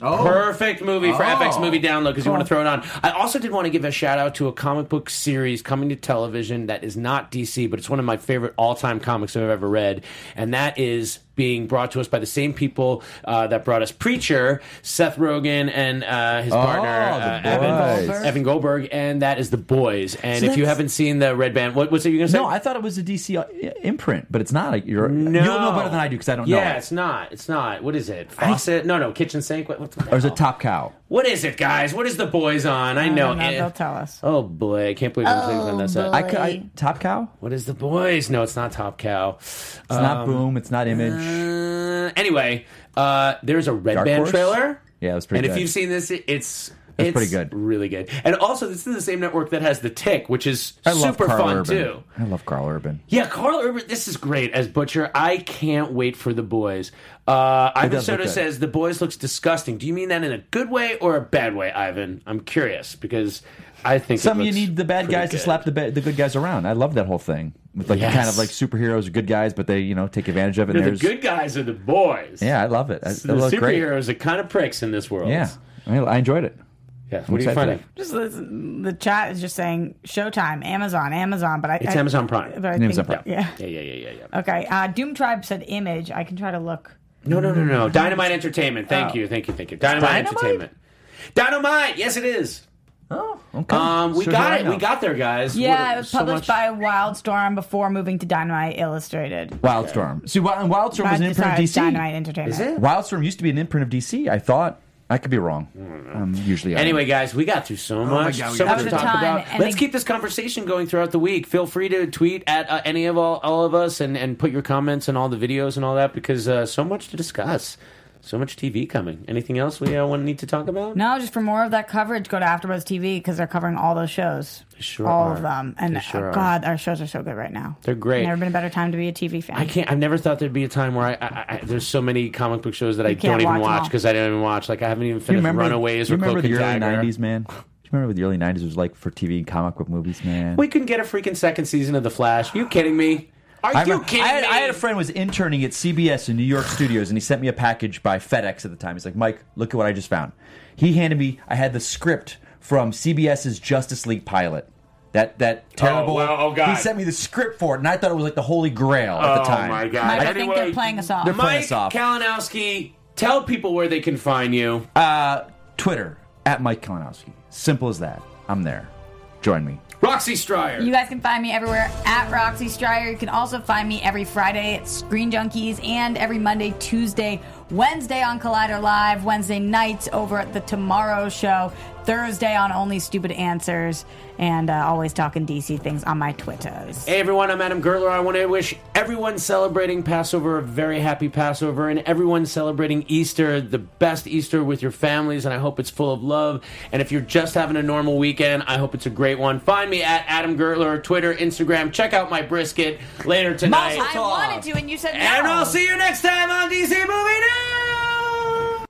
Oh.
Perfect movie for FX movie download because you want to throw it on. I also did want to give a shout out to a comic book series coming to television that is not DC, but it's one of my favorite all time comics I've ever read, and that is being brought to us by the same people uh, that brought us Preacher, Seth Rogen, and uh, his partner uh,
Oh, The
Evan,
Boys.
Goldberg. Evan Goldberg, and that is the Boys. And if you
that's-
haven't seen the Red Band, what was it you going to say?
No, I thought it was a DC i- imprint, but it's not. A, you're,
No.
You'll know better than I do because I don't
yeah,
know.
it's not. It's not. What is it? Faucet? no, no. Kitchen sink. What, what the
Or is
hell?
it Top Cow?
What is it, guys? What is the boys on? I know.
don't know.
eh.
They'll tell us. Oh,
Oh boy, I can't believe I'm saying on this.
I,
set.
could- I Top Cow?
What is the boys? No, it's not Top Cow.
It's
Um,
not Boom. It's not Image.
Uh, anyway, uh, there's a Red
Dark
Band
Horse?
trailer.
Yeah, it was pretty
And if
good.
you've seen this, it- it's.
That's
it's
pretty good.
Really good. And also, this is the same network that has The Tick, which is
I love
uh, super
Carl
fun,
Urban.
too.
I love Carl Urban.
Yeah, Carl Urban, this is great as Butcher. I can't wait for the boys. Uh, Ivan
does look
Soto
good.
says the boys looks disgusting. Do you mean that in a good way or a bad way, Ivan? I'm curious because I think it
Some you
looks
need the bad
pretty
guys
good.
to slap the ba- the good guys around. I love that whole thing with like
Yes.
kind of like superheroes are good guys, but they you know take advantage of it.
They're
and
the
there's-
good guys are the boys.
Yeah, I love it. I, it
the
looks great.
superheroes are kind of pricks in this world.
Yeah, I, I enjoyed it.
yeah. What are you
excited for
finding?
Just listen, the chat is just saying Showtime, Amazon, Amazon, but I
It's
I-
Amazon Prime.
But I
Amazon
think-
Prime.
Yeah.
Yeah, yeah, yeah, yeah, yeah.
Okay. Uh, Doom Tribe said image. I can try to look.
No, no, no, no. Dynamite Entertainment.
Oh.
Thank you, thank you, thank you. Dynamite,
Dynamite?
Entertainment. Dynamite. Yes, it is.
Oh, okay.
Um, we
Sure
got
do I
it.
know.
We got there, guys.
Yeah,
What-
it was
so
published
much-
by Wildstorm before moving to Dynamite Illustrated.
Wildstorm. See, Wild- Wildstorm was an imprint of
Besides
DC.
Dynamite Entertainment.
Is it?
Wildstorm used to be an imprint of DC. I thought I could be wrong. Um, usually, I am.
Anyway, guys, we got through so much,
Oh God, we
so
got
much to
through
talk
Out of time,
about.
and
Let's
they-
keep this conversation going throughout the week. Feel free to tweet at uh, any of all, all of us and, and put your comments and all the videos and all that because uh, so much to discuss, so much TV coming. Anything else we uh, want to need to talk about?
No, just for more of that coverage, go to AfterBuzz TV because they're covering all those shows,
sure
all
are.
of them. And
They sure
uh,
are.
God, our shows are so good right now.
They're great.
Never been a better time to be a TV fan.
I can't. I've never thought there'd be a time where I, I, I there's so many comic book shows that I don't
can't
even
watch 'em
watch
all.
because I don't even watch. Like I haven't even
Do
finished Runaways
do
or
you remember
Cloak and
the early
Dagger.
'90s, man? Do you remember what the early '90s was like for TV and comic book movies, man?
We couldn't get a freaking second season of The Flash. you kidding me? Are
I,
you
remember-
kidding
I had,
me?
I had a friend who was interning at CBS in New York studios, and he sent me a package by FedEx at the time. He's like, "Mike, look at what I just found." He handed me. I had the script from CBS's Justice League pilot. That that terrible.
wow. Oh, God.
He sent me the script for it, and I thought it was like the holy grail at the
Oh,
time.
my God.
Mike, I
Anyway,
think they're playing us off.
They're playing
Mike
us off.
Kalinowski, tell people where they can find you.
Twitter at Mike Kalinowski. Simple as that. I'm there. Join me.
Roxy Stryer.
You guys can find me everywhere at Roxy Stryer. You can also find me every Friday at Screen Junkies and every Monday, Tuesday, Wednesday on Collider Live, Wednesday nights over at The Tomorrow Show, Thursday on Only Stupid Answers, and uh, always talking DC things on my Twitters.
Hey everyone, I'm Adam Gertler. I want to wish everyone celebrating Passover a very happy Passover and everyone celebrating Easter the best Easter with your families, and I hope it's full of love. And if you're just having a normal weekend, I hope it's a great one. Find me at Adam Gertler, Twitter, Instagram. Check out my brisket later tonight.
I wanted to, and you said no.
And I'll see you next time on DC Movie News!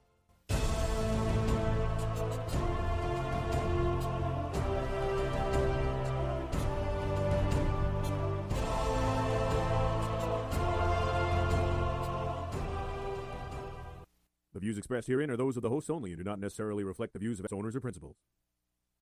The The views expressed herein are those of the hosts only and do not necessarily reflect the views of its owners or principals.